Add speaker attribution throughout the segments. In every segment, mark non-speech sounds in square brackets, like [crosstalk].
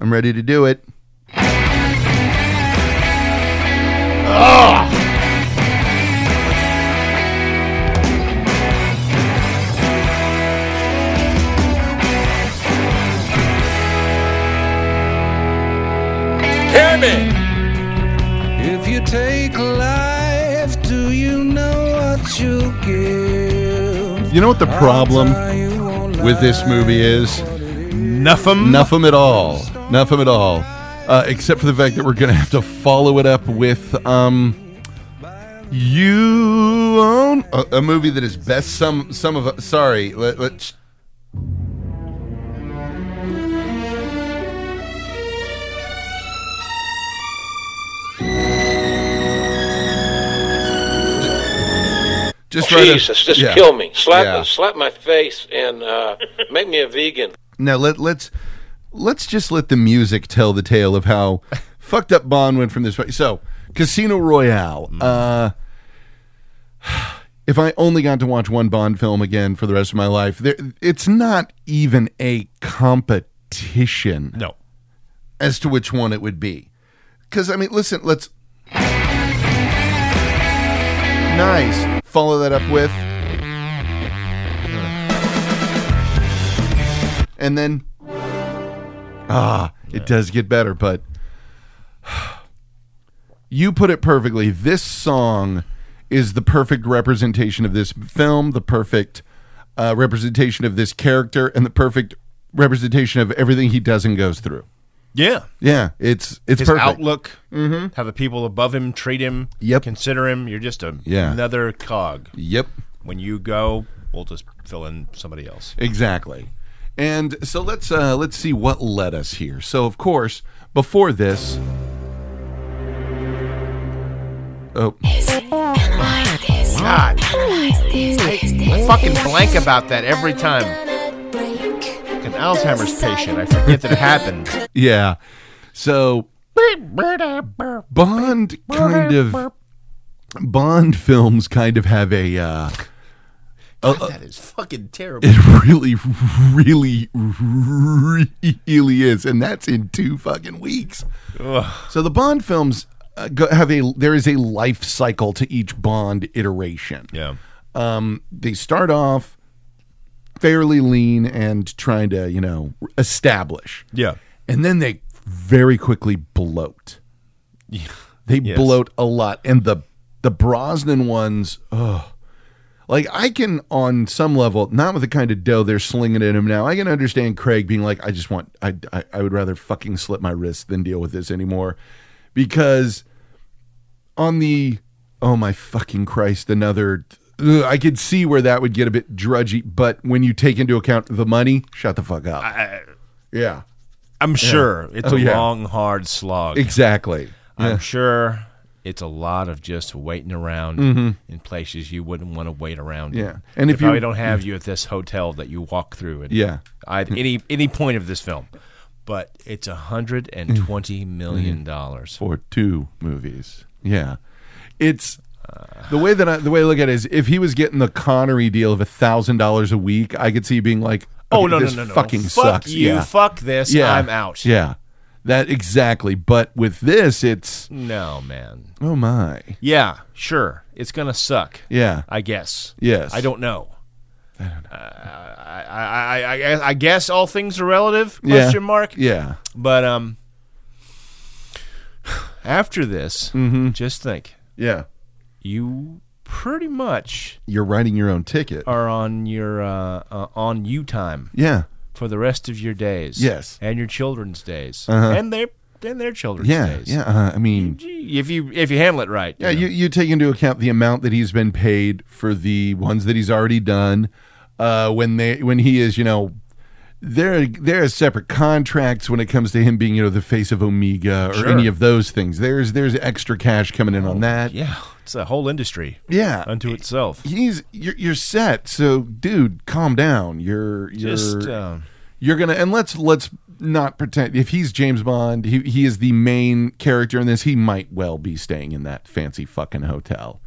Speaker 1: I'm ready to do it.
Speaker 2: Hear me!
Speaker 3: If you take life, do you know what you give?
Speaker 1: You know what the problem with this movie is?
Speaker 4: Nuffum.
Speaker 1: Enough of 'em at all. Enough of 'em at all. Uh, except for the fact that we're going to have to follow it up with um, you own a, a movie that is best some some of sorry let, let's just right up-
Speaker 2: Jesus, just
Speaker 1: yeah.
Speaker 2: kill me. Slap,
Speaker 1: Yeah.
Speaker 2: slap my face and uh, make me a vegan.
Speaker 1: Now let let's let's just let the music tell the tale of how [laughs] fucked up Bond went from this way. So, Casino Royale. Uh, [sighs] if I only got to watch one Bond film again for the rest of my life, there, it's not even a competition
Speaker 4: No.
Speaker 1: as to which one it would be. Because I mean, listen, let's nice follow that up with. and then ah it does get better but [sighs] you put it perfectly this song is the perfect representation of this film the perfect uh, representation of this character and the perfect representation of everything he does and goes through
Speaker 4: Yeah.
Speaker 1: yeah it's it's
Speaker 4: His
Speaker 1: perfect Mm-hmm.
Speaker 4: outlook, how the people above him treat him,
Speaker 1: Yep.
Speaker 4: consider him. You're just a,
Speaker 1: Yeah.
Speaker 4: another cog.
Speaker 1: yep
Speaker 4: When you go, we'll just fill in somebody else.
Speaker 1: exactly and so let's uh let's see what led us here so of course before this oh
Speaker 5: God. I
Speaker 4: Fucking blank about that every time. An Alzheimer's patient. I forget that it happened.
Speaker 1: Yeah. So Bond kind of Bond films kind of have a uh,
Speaker 4: [laughs]
Speaker 1: [laughs]
Speaker 4: that is fucking terrible.
Speaker 1: it really really really is and that's in 2 fucking weeks. So the Bond films uh, go- have a there is a life cycle to each Bond iteration.
Speaker 4: Yeah.
Speaker 1: Um they start off fairly lean and trying to, you know, establish.
Speaker 4: Yeah.
Speaker 1: and then they very quickly bloat. They
Speaker 4: Yes.
Speaker 1: bloat a lot, and the the Brosnan ones, oh, like I can on some level, not with the kind of dough they're slinging at him now. I can understand Craig being like, I just want, I I, I would rather fucking slip my wrist than deal with this anymore, because on the oh my fucking Christ, another. ugh, I could see where that would get a bit drudgy, but when you take into account the money, shut the fuck up. yeah.
Speaker 4: I'm sure it's
Speaker 1: Oh,
Speaker 4: a
Speaker 1: yeah.
Speaker 4: long, hard slog.
Speaker 1: Exactly.
Speaker 4: I'm sure it's a lot of just waiting around in places you wouldn't want to wait around.
Speaker 1: Mm-hmm. Yeah.
Speaker 4: in.
Speaker 1: And
Speaker 4: They
Speaker 1: if you-
Speaker 4: probably don't have you at this hotel that you walk through. At
Speaker 1: Yeah.
Speaker 4: at any any point of this film, but it's a hundred and
Speaker 1: Mm.
Speaker 4: twenty
Speaker 1: Mm-hmm.
Speaker 4: million dollars.
Speaker 1: for two movies. Yeah, it's the way that I, the way I look at it is if he was getting the Connery deal of thousand dollars a week, I could see being like,
Speaker 4: Oh
Speaker 1: okay,
Speaker 4: no, no,
Speaker 1: this
Speaker 4: no, no!
Speaker 1: fucking
Speaker 4: Fuck
Speaker 1: sucks.
Speaker 4: you!
Speaker 1: yeah,
Speaker 4: Fuck this!
Speaker 1: yeah,
Speaker 4: I'm out.
Speaker 1: Yeah, that exactly. But with this, it's
Speaker 4: No, man.
Speaker 1: oh my,
Speaker 4: Yeah, sure. It's gonna suck.
Speaker 1: yeah,
Speaker 4: I guess.
Speaker 1: Yes.
Speaker 4: I don't know. Uh, I don't know. I, I, I, I guess all things are relative.
Speaker 1: yeah.
Speaker 4: Question mark.
Speaker 1: Yeah,
Speaker 4: But um, after this,
Speaker 1: Mm-hmm.
Speaker 4: just think
Speaker 1: yeah.
Speaker 4: you pretty much
Speaker 1: You're writing your own ticket.
Speaker 4: are on your uh, uh, on you time
Speaker 1: yeah,
Speaker 4: for the rest of your days.
Speaker 1: Yes.
Speaker 4: and your children's days,
Speaker 1: Uh-huh.
Speaker 4: and their and their children's
Speaker 1: yeah,
Speaker 4: days.
Speaker 1: yeah. Uh, I mean.
Speaker 4: Gee, If you if you handle it right.
Speaker 1: Yeah,
Speaker 4: know.
Speaker 1: you, you take into account the amount that he's been paid for the ones that he's already done. Uh, when they when he is, you know, there there are separate contracts when it comes to him being, you know, the face of Omega or
Speaker 4: Sure. Oh,
Speaker 1: any of those things. There's there's extra cash coming in on that.
Speaker 4: yeah. It's a whole industry
Speaker 1: Yeah.
Speaker 4: unto itself.
Speaker 1: he's you're, you're set. So, dude, calm down. You're you're
Speaker 4: Just um,
Speaker 1: you're gonna and let's let's not pretend if he's James Bond, he he is the main character in this. He might well be staying in that fancy fucking hotel.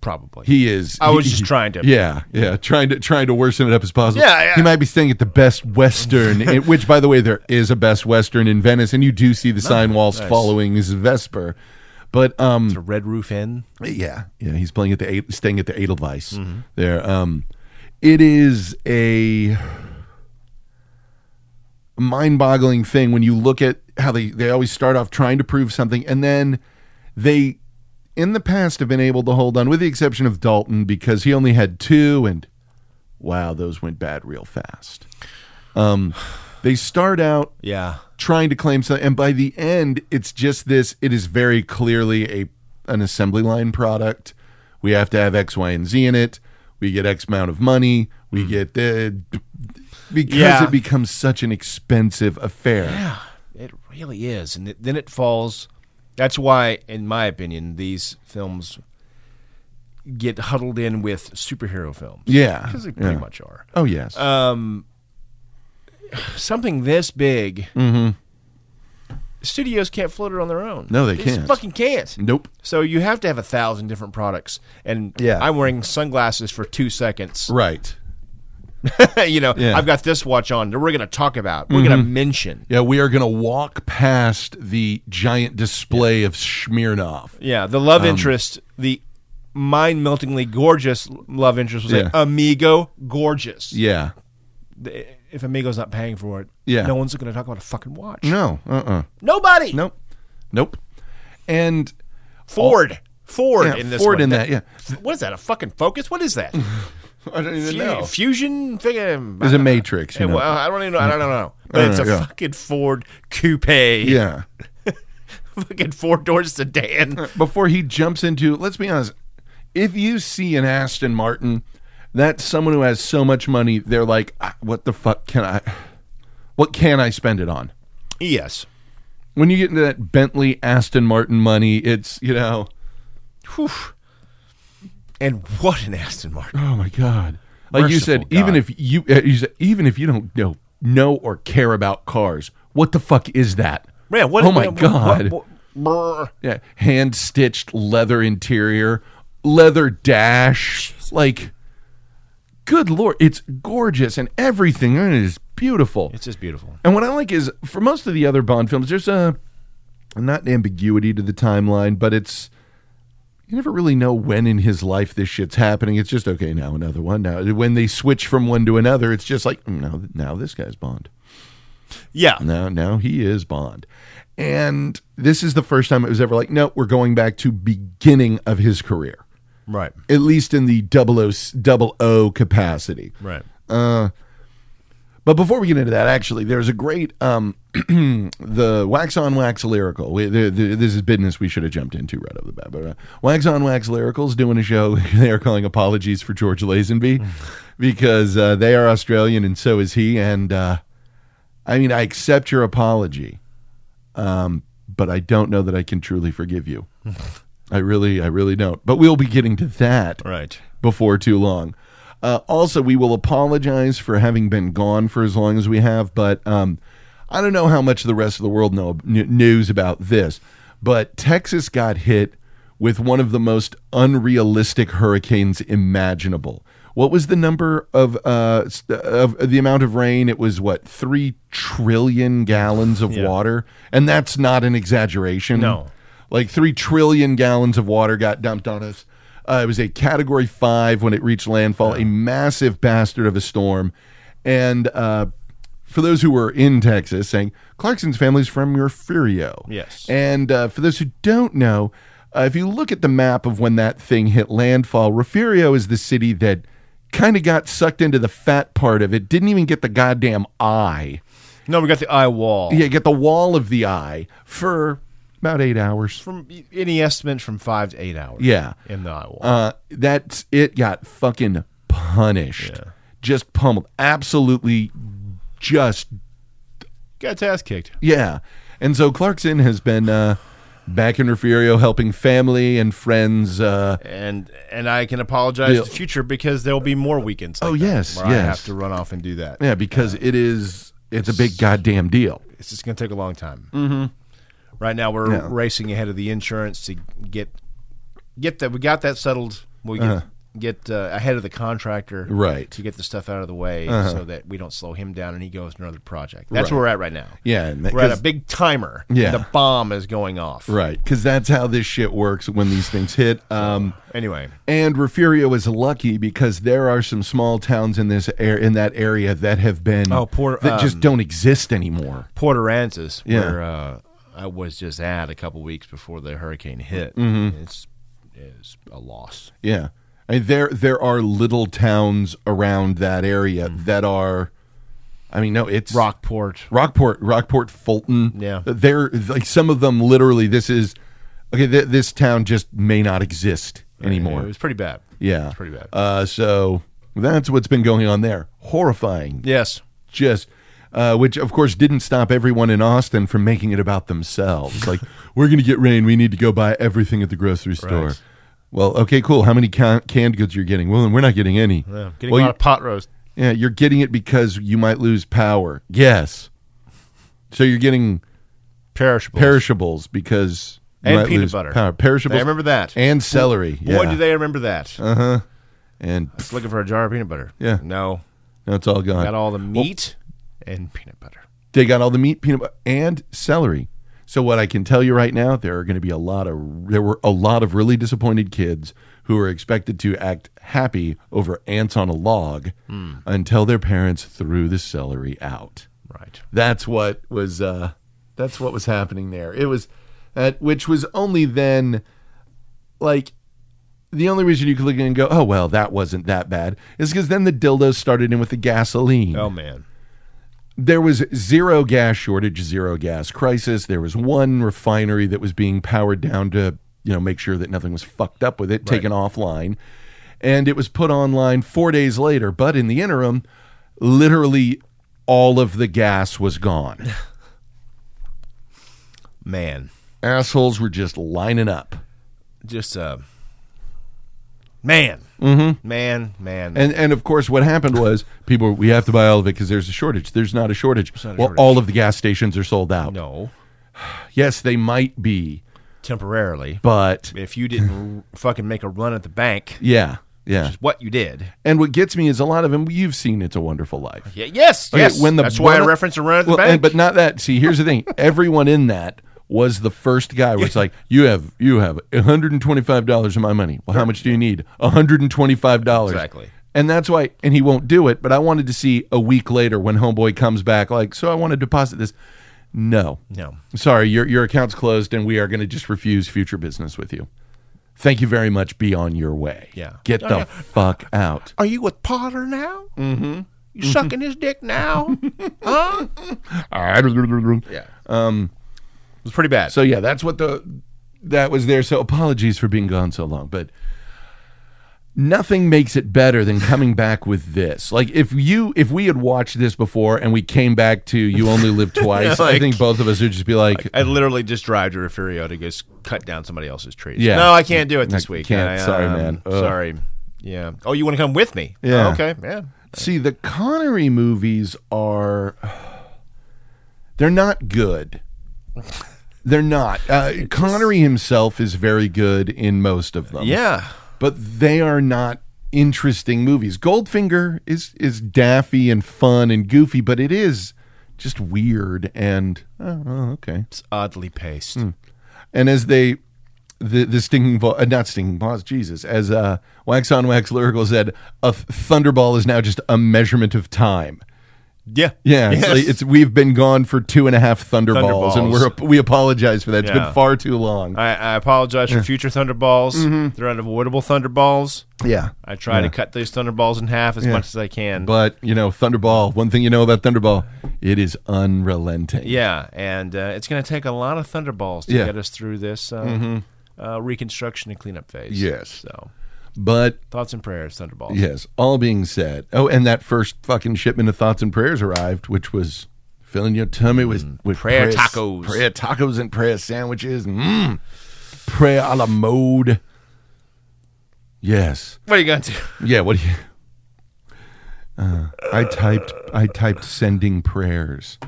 Speaker 4: Probably.
Speaker 1: He is.
Speaker 4: I was
Speaker 1: he-
Speaker 4: just trying to-
Speaker 1: Yeah, yeah, trying to trying to worsen it up as possible.
Speaker 4: Yeah, yeah.
Speaker 1: He might be staying at the Best
Speaker 4: [laughs]
Speaker 1: Western, in- which, by the way, there is a Best Western in Venice, and you do see the sign whilst
Speaker 4: Nice.
Speaker 1: following his Vesper. But um,
Speaker 4: the Red Roof Inn.
Speaker 1: yeah, yeah, he's playing at the Ad- staying at the Edelweiss there. Um, it is a mind-boggling thing when you look at how they they always start off trying to prove something, and then they in the past have been able to hold on, with the exception of Dalton because he only had two, and wow, those went bad real fast. Um, they start out
Speaker 4: Yeah.
Speaker 1: trying to claim something and by the end it's just this it is very clearly a an assembly line product we have to have x y and z in it we get x amount of money we get the because
Speaker 4: Hmm. Yeah.
Speaker 1: it becomes such an expensive affair
Speaker 4: Yeah, [sighs] it really is, and it, then it falls. That's why, in my opinion, these films get huddled in with superhero films.
Speaker 1: yeah,
Speaker 4: because they pretty
Speaker 1: Yeah.
Speaker 4: much are.
Speaker 1: oh yes
Speaker 4: Um, [sighs] something this big, studios can't float it on their own.
Speaker 1: Mm-hmm. No, they
Speaker 4: just
Speaker 1: can't.
Speaker 4: Fucking can't.
Speaker 1: nope
Speaker 4: So you have to have a thousand different products, and
Speaker 1: Yeah.
Speaker 4: I'm wearing sunglasses for two seconds.
Speaker 1: right
Speaker 4: [laughs] you know,
Speaker 1: Yeah. Mm-hmm.
Speaker 4: I've got this watch on that we're going to talk about. We're going to mention.
Speaker 1: yeah we are going to walk past the giant display of smirnoff
Speaker 4: Yeah, the
Speaker 1: Um,
Speaker 4: love interest, the mind meltingly gorgeous love interest was like
Speaker 1: Yeah.
Speaker 4: Amigo gorgeous.
Speaker 1: yeah
Speaker 4: The- If Amigo's not paying for it,
Speaker 1: Yeah.
Speaker 4: no one's going to talk about a fucking watch.
Speaker 1: no uh-uh
Speaker 4: Nobody.
Speaker 1: nope nope and
Speaker 4: Ford. Ford
Speaker 1: Yeah,
Speaker 4: in this
Speaker 1: Ford
Speaker 4: one.
Speaker 1: in that,
Speaker 4: What is that? A fucking Focus? What is that?
Speaker 1: [laughs] i don't even
Speaker 4: Fu-
Speaker 1: know
Speaker 4: Fusion? Fig-
Speaker 1: there's a matrix you
Speaker 4: Yeah,
Speaker 1: know?
Speaker 4: well, I don't even know. I don't know. But
Speaker 1: I
Speaker 4: it's a
Speaker 1: don't know, yeah.
Speaker 4: fucking Ford coupe. Yeah.
Speaker 1: yeah
Speaker 4: [laughs] fucking four door
Speaker 1: [laughs]
Speaker 4: sedan.
Speaker 1: before he jumps into let's be honest if you see an aston martin that's someone who has so much money they're like "Ah, what the fuck can i what can i spend it on
Speaker 4: yes.
Speaker 1: when you get into that bentley aston martin money it's you know
Speaker 4: Whew. And what an Aston Martin.
Speaker 1: oh my god like you said
Speaker 4: Merciful
Speaker 1: even
Speaker 4: God.
Speaker 1: if you, uh, you said, even if you don't know know or care about cars what the fuck is that
Speaker 4: Man, what?
Speaker 1: oh my
Speaker 4: what-
Speaker 1: god
Speaker 4: what- what- brr.
Speaker 1: yeah hand stitched leather interior leather dash like good lord it's gorgeous and everything in it is beautiful
Speaker 4: It's just beautiful.
Speaker 1: and what i like is for most of the other bond films there's a not ambiguity to the timeline but it's you never really know when in his life this shit's happening it's just okay now another one now when they switch from one to another it's just like mm, now now this guy's bond
Speaker 4: Yeah.
Speaker 1: now, now he is Bond. And this is the first time it was ever like, no, we're going back to beginning of his career,
Speaker 4: Right.
Speaker 1: at least in the double O, double O capacity.
Speaker 4: Right.
Speaker 1: But before we get into that, actually, there's a great um, [clears throat] the wax on wax lyrical. We, the, the, this is business we should have jumped into right off the bat. But uh, wax on wax lyricals doing a show. [laughs] they are calling apologies for George Lazenby because uh, they are Australian and so is he. And uh, I mean, I accept your apology, um, but I don't know that I can truly forgive you. I really, I really don't. But we'll be getting to that
Speaker 4: Right.
Speaker 1: before too long. Uh, also, we will apologize for having been gone for as long as we have, but um, I don't know how much the rest of the world know kn- news about this. But Texas got hit with one of the most unrealistic hurricanes imaginable. What was the number of uh, s- of of the amount of rain? It was what three trillion gallons of
Speaker 4: Yeah.
Speaker 1: water, and that's not an exaggeration.
Speaker 4: No.
Speaker 1: Like 3 trillion gallons of water got dumped on us. Uh, it was a category five when it reached landfall, a massive bastard of a storm. And uh, for those who were in Texas, saying Clarkson's family's from Refugio.
Speaker 4: Yes.
Speaker 1: And uh, for those who don't know, uh, if you look at the map of when that thing hit landfall, Refugio is the city that kind of got sucked into the fat part of it, didn't even get the goddamn eye.
Speaker 4: No, we got the eye wall.
Speaker 1: Yeah, get the wall of the eye for about eight hours.
Speaker 4: From any estimate from five to eight hours.
Speaker 1: Yeah.
Speaker 4: In the eye wall.
Speaker 1: Uh, that's it. Got fucking punished,
Speaker 4: Yeah.
Speaker 1: just pummeled, absolutely, just
Speaker 4: got its ass kicked.
Speaker 1: yeah. And so Clarkson has been uh, back in Refugio helping family and friends. Uh,
Speaker 4: And and I can apologize
Speaker 1: Yeah.
Speaker 4: to the future because there'll be more weekends. Like
Speaker 1: Oh,
Speaker 4: that
Speaker 1: yes,
Speaker 4: where I
Speaker 1: yes.
Speaker 4: have to run off and do that.
Speaker 1: yeah, because it is it's a big goddamn deal.
Speaker 4: It's just going to take a long time. Mm-hmm. Right now, we're
Speaker 1: Yeah.
Speaker 4: racing ahead of the insurance to get get that. We got that settled We get
Speaker 1: Uh-huh.
Speaker 4: get uh, ahead of the contractor,
Speaker 1: Right. Uh-huh.
Speaker 4: To get the stuff out of the way, so that we don't slow him down and he goes to another project. That's where we're at right now.
Speaker 1: Yeah, and that-
Speaker 4: we're at a
Speaker 1: 'cause-
Speaker 4: big timer.
Speaker 1: Yeah.
Speaker 4: the bomb is going off.
Speaker 1: Right, because that's how this shit works when these things hit. Um,
Speaker 4: Anyway,
Speaker 1: and Refurio is lucky because there are some small towns in this air in that area that have been
Speaker 4: Oh, poor,
Speaker 1: that just
Speaker 4: um,
Speaker 1: don't exist anymore.
Speaker 4: Port Aransas,
Speaker 1: Yeah.
Speaker 4: where uh, I was just at a couple weeks before the hurricane hit,
Speaker 1: Mm-hmm.
Speaker 4: it's is a loss.
Speaker 1: Yeah, I mean, there there are little towns around that area
Speaker 4: Mm-hmm.
Speaker 1: that are, I mean, no, it's
Speaker 4: Rockport,
Speaker 1: Rockport, Rockport, Fulton.
Speaker 4: Yeah.
Speaker 1: they're like some of them literally. This is okay. Th- this town just may not exist anymore.
Speaker 4: It was pretty bad.
Speaker 1: yeah,
Speaker 4: it's pretty bad.
Speaker 1: Uh, so that's what's been going on there. Horrifying.
Speaker 4: Yes.
Speaker 1: just uh, which of course didn't stop everyone in Austin from making it about themselves.
Speaker 4: [laughs]
Speaker 1: Like we're going to get rain, we need to go buy everything at the grocery store.
Speaker 4: Right.
Speaker 1: Well, okay, cool. How many can- canned goods you're getting? Well, then we're not getting any.
Speaker 4: Yeah, getting
Speaker 1: well,
Speaker 4: a
Speaker 1: you-
Speaker 4: lot of pot roast.
Speaker 1: yeah, you're getting it because you might lose power. Yes. So you're getting
Speaker 4: Perishables.
Speaker 1: perishables because you
Speaker 4: And
Speaker 1: might
Speaker 4: peanut
Speaker 1: lose
Speaker 4: butter.
Speaker 1: Power. Perishables.
Speaker 4: I remember that.
Speaker 1: And celery.
Speaker 4: Boy,
Speaker 1: yeah.
Speaker 4: do they remember that.
Speaker 1: And
Speaker 4: Just looking for a jar of peanut butter.
Speaker 1: Yeah. Uh.
Speaker 4: No.
Speaker 1: that's all gone.
Speaker 4: Got all the meat and peanut butter.
Speaker 1: They got all the meat, peanut butter, and celery. So what I can tell you right now, there are going to be a lot of there were a lot of really disappointed kids who are expected to act happy over ants on a log until their parents threw the celery out.
Speaker 4: Right.
Speaker 1: That's what was uh, that's what was happening there. It was at which was only then like the only reason you could look at it and go, oh well, that wasn't that bad, is because then the dildos started in with the gasoline
Speaker 4: Oh, man.
Speaker 1: there was zero gas shortage, zero gas crisis. There was one refinery that was being powered down to, you know, make sure that nothing was fucked up with it, taken offline. And it was put online 4 days later, but in the interim, literally all of the gas was
Speaker 4: [sighs]
Speaker 1: gone.
Speaker 4: Man.
Speaker 1: Assholes were just lining up.
Speaker 4: Just, uh, man. Mm-hmm. Man, man.
Speaker 1: And and of course what happened was people we have to buy all of it cuz there's a shortage. There's not a shortage.
Speaker 4: not a
Speaker 1: well,
Speaker 4: shortage.
Speaker 1: all of the gas stations are sold out.
Speaker 4: no.
Speaker 1: Yes, they might be,
Speaker 4: Temporarily.
Speaker 1: but
Speaker 4: If you didn't fucking make a run at the bank,
Speaker 1: yeah. Yeah.
Speaker 4: which is what you did.
Speaker 1: And what gets me is a lot of them. You've seen "It's a Wonderful Life."
Speaker 4: Yeah, yes,
Speaker 1: Okay,
Speaker 4: yes. That's why I
Speaker 1: one-
Speaker 4: reference a run at the
Speaker 1: Well,
Speaker 4: bank.
Speaker 1: and- but not that. See, here's the
Speaker 4: [laughs]
Speaker 1: thing: everyone in that was the first guy. Where it's like, you have you have 125 dollars of my money. Well, how much do you need? 125 dollars
Speaker 4: Exactly.
Speaker 1: And that's why, and he won't do it. But I wanted to see a week later when Homeboy comes back, like, so I want to deposit this. No,
Speaker 4: no.
Speaker 1: sorry, your your account's closed, and we are going to just refuse future business with you. Thank you very much. Be on your way.
Speaker 4: Yeah.
Speaker 1: Get the fuck out.
Speaker 4: Are you with Potter now? Mm-hmm. You sucking his dick now? huh? [laughs] Yeah. Um, it was pretty bad.
Speaker 1: So yeah, that's what the that was there. So apologies for being gone so long, but nothing makes it better than coming back with this. Like if you if we had watched this before and we came back to You Only
Speaker 4: [laughs]
Speaker 1: Live Twice, I
Speaker 4: Like-
Speaker 1: think both of us would just be like,
Speaker 4: I literally just drive to Refurio to just cut down somebody else's trees.
Speaker 1: Yeah.
Speaker 4: No, I can't do it
Speaker 1: I
Speaker 4: this week.
Speaker 1: can't.
Speaker 4: I, um,
Speaker 1: Sorry, man. Ugh.
Speaker 4: Sorry. Yeah. Oh, you want to come with me?
Speaker 1: Yeah.
Speaker 4: Oh, okay. Yeah.
Speaker 1: See, the Connery movies are they're not good. They're not. Uh, Connery himself is very good in most of them.
Speaker 4: Yeah.
Speaker 1: but they are not interesting movies. Goldfinger is is daffy and fun and goofy, but it is just weird and oh, oh, okay.
Speaker 4: It's oddly paced.
Speaker 1: And as they the the stinging vo- uh, not stinging boss Jesus as uh, wax on wax lyrical said, a th- thunderball is now just a measurement of time.
Speaker 4: Yeah.
Speaker 1: Yeah, it's,
Speaker 4: Yes.
Speaker 1: like it's we've been gone for two and a half thunderballs, and
Speaker 4: Thunderballs.
Speaker 1: we're we apologize for that. It's
Speaker 4: Yeah.
Speaker 1: been far too long.
Speaker 4: I, I apologize for future thunderballs. They're unavoidable thunderballs.
Speaker 1: Mm-hmm. yeah,
Speaker 4: I try to cut those thunderballs in half as much as I can.
Speaker 1: but you know, Thunderball. One thing you know about Thunderball, it is unrelenting.
Speaker 4: Yeah, and uh, it's going to take a lot of thunderballs to
Speaker 1: Yeah. Mm-hmm.
Speaker 4: get us through this uh, uh, reconstruction and cleanup phase.
Speaker 1: Yes.
Speaker 4: So
Speaker 1: But
Speaker 4: thoughts and prayers, thunderballs.
Speaker 1: yes, all being said, oh, and that first fucking shipment of thoughts and prayers arrived, which was filling your tummy with, with
Speaker 4: Mm. prayer tacos.
Speaker 1: prayer tacos, and prayer sandwiches. Mmm, prayer a la mode. Yes,
Speaker 4: What are you going to do?
Speaker 1: yeah. What do you? Uh, I typed. I typed sending prayers.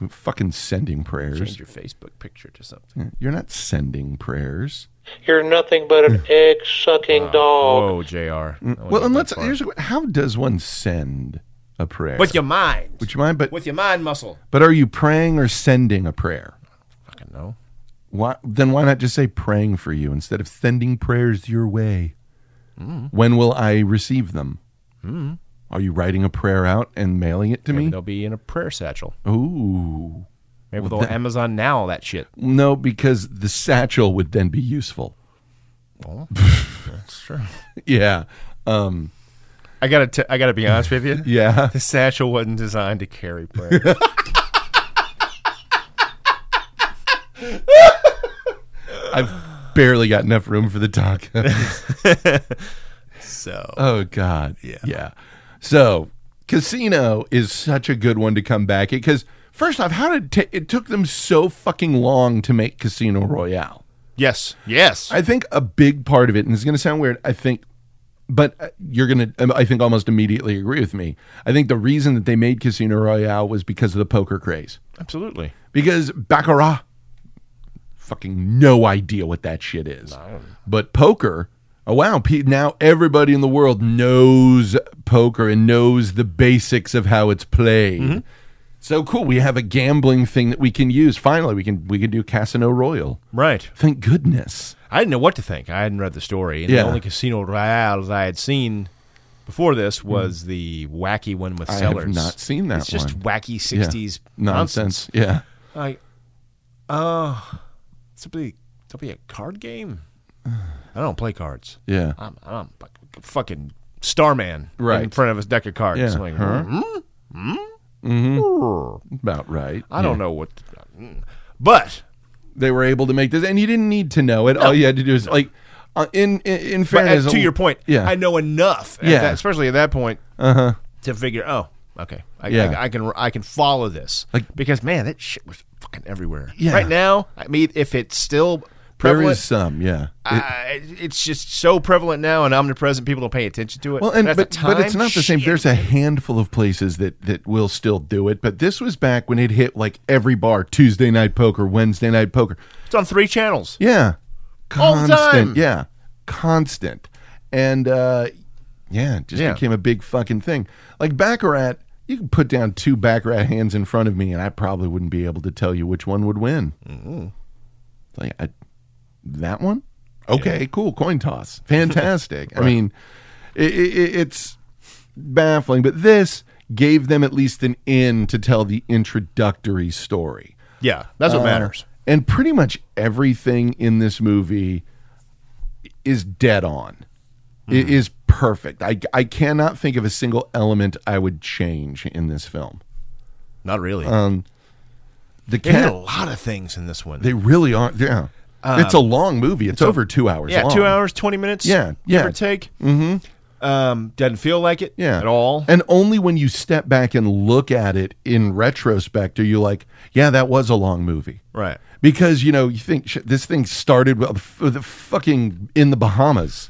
Speaker 1: I'm fucking sending prayers.
Speaker 4: Change your Facebook picture to something.
Speaker 1: Yeah, You're not sending prayers.
Speaker 2: You're nothing but
Speaker 1: [laughs]
Speaker 2: an egg sucking dog.
Speaker 4: Whoa, Jr. I wouldn't go
Speaker 1: Oh. Mm, Well,
Speaker 4: that
Speaker 1: unless
Speaker 4: Oh, far.
Speaker 1: here's a, how does one send a prayer?
Speaker 4: with your mind,
Speaker 1: Would you mind? But
Speaker 4: with your mind muscle.
Speaker 1: but are you praying or sending a prayer?
Speaker 4: Fucking no.
Speaker 1: Why then? Why not just say praying for you instead of sending prayers your way?
Speaker 4: Mm.
Speaker 1: When will I receive them? Are you writing a prayer out and mailing it to
Speaker 4: Maybe
Speaker 1: me?
Speaker 4: they'll be in a prayer satchel.
Speaker 1: Ooh.
Speaker 4: Maybe
Speaker 1: Well,
Speaker 4: they'll
Speaker 1: that-
Speaker 4: Amazon now all that shit.
Speaker 1: No, because the satchel would then be useful. [laughs]
Speaker 4: Well, that's true.
Speaker 1: Yeah. Um,
Speaker 4: I gotta, t- I gotta be honest with you.
Speaker 1: [laughs]
Speaker 4: [laughs]
Speaker 1: yeah.
Speaker 4: The satchel wasn't designed to carry prayers.
Speaker 1: [laughs] I've barely got enough room for the
Speaker 4: [laughs]
Speaker 1: tacos.
Speaker 4: so
Speaker 1: oh God. Yeah. Yeah. So casino is such a good one to come back because first off, how did ta- it took them so fucking long to make Casino Royale?
Speaker 4: yes, yes.
Speaker 1: I think a big part of it, and it's going to sound weird, I think, but uh, you're going to, I think, almost immediately agree with me. I think the reason that they made Casino Royale was because of the poker craze.
Speaker 4: Absolutely.
Speaker 1: Because Baccarat, fucking no idea what that shit is. But poker, oh wow, pe- now everybody in the world knows poker and knows the basics of how it's played.
Speaker 4: Mm-hmm.
Speaker 1: So cool, we have a gambling thing that we can use. Finally, we can we can do Casino Royal.
Speaker 4: Right.
Speaker 1: Thank goodness.
Speaker 4: I didn't know what to think. I hadn't read the story. And
Speaker 1: Yeah.
Speaker 4: The only Casino Royale I had seen before this was the wacky one with
Speaker 1: Hmm. I have
Speaker 4: Sellers.
Speaker 1: not seen that
Speaker 4: It's just
Speaker 1: one.
Speaker 4: wacky
Speaker 1: Yeah.
Speaker 4: 60s
Speaker 1: nonsense. Yeah.
Speaker 4: Like, oh, it's a big, it'll be a
Speaker 1: [sighs]
Speaker 4: card game. I don't play cards.
Speaker 1: Yeah.
Speaker 4: I'm, I'm a fucking Starman in
Speaker 1: Right.
Speaker 4: front of his deck of cards.
Speaker 1: Yeah.
Speaker 4: I'm like,
Speaker 1: Huh? Mm-hmm.
Speaker 4: hmm?
Speaker 1: About right.
Speaker 4: I don't know what. But
Speaker 1: They were able to make this, and you didn't need to know it. All you had to do is like, uh, in, in in
Speaker 4: But
Speaker 1: fairness,
Speaker 4: as to your point,
Speaker 1: yeah,
Speaker 4: I know enough. at
Speaker 1: Yeah. Uh-huh.
Speaker 4: that- especially at that point, to figure, oh, okay, I,
Speaker 1: Yeah.
Speaker 4: I, I can I can follow this,
Speaker 1: Like-
Speaker 4: because man, that shit was fucking everywhere.
Speaker 1: Yeah.
Speaker 4: Right now, I mean, if it's still
Speaker 1: there
Speaker 4: prevalent, Uh,
Speaker 1: is some, yeah. It-
Speaker 4: I- it's just so prevalent now and omnipresent. People don't pay attention to it.
Speaker 1: well, and
Speaker 4: at
Speaker 1: but,
Speaker 4: the
Speaker 1: but it's
Speaker 4: time,
Speaker 1: not the same.
Speaker 4: shit.
Speaker 1: There's a handful of places that that will still do it, but this was back when it hit like every bar Tuesday night poker, Wednesday night poker.
Speaker 4: it's on three channels.
Speaker 1: Yeah.
Speaker 4: All the
Speaker 1: Constant.
Speaker 4: time.
Speaker 1: Yeah. Constant. And uh yeah, it just
Speaker 4: Yeah.
Speaker 1: became a big fucking thing. Like Baccarat, you can put down two Baccarat hands in front of me and I probably wouldn't be able to tell you which one would win.
Speaker 4: Mm-hmm.
Speaker 1: Like I, that one? Okay, cool. Coin
Speaker 4: [laughs]
Speaker 1: toss. Fantastic. I mean, it, it, it's baffling, but this gave them at least an in to tell the introductory story.
Speaker 4: Yeah, that's what
Speaker 1: Uh,
Speaker 4: matters.
Speaker 1: And pretty much everything in this movie is dead on.
Speaker 4: Hmm.
Speaker 1: It is perfect. I I cannot think of a single element I would change in this film.
Speaker 4: Not really.
Speaker 1: um, The
Speaker 4: They had
Speaker 1: cat,
Speaker 4: a lot of things in this one.
Speaker 1: they really are. Yeah, it's a long movie. It's, over two hours.
Speaker 4: Uh, yeah,
Speaker 1: long.
Speaker 4: two hours, twenty minutes.
Speaker 1: Yeah, yeah.
Speaker 4: give or take. Mm-hmm. Um, doesn't feel like it.
Speaker 1: Yeah,
Speaker 4: at all.
Speaker 1: And only when you step back and look at it in retrospect are you like, yeah, that was a long movie.
Speaker 4: right.
Speaker 1: because you know you think shit, this thing started with, with the fucking in the Bahamas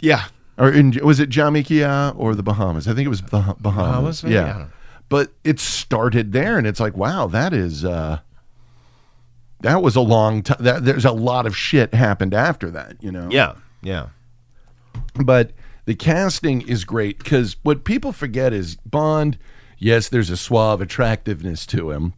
Speaker 4: Yeah.
Speaker 1: or in was it Jamaica or the Bahamas? I think it was the Bahamas.
Speaker 4: Bahamas, maybe? I don't
Speaker 1: yeah,
Speaker 4: know.
Speaker 1: but it started there, and it's like wow, that is uh, that was a long time. That there's a lot of shit happened after that, you know.
Speaker 4: Yeah. Yeah.
Speaker 1: but the casting is great because what people forget is Bond. Yes, there's a suave attractiveness to him,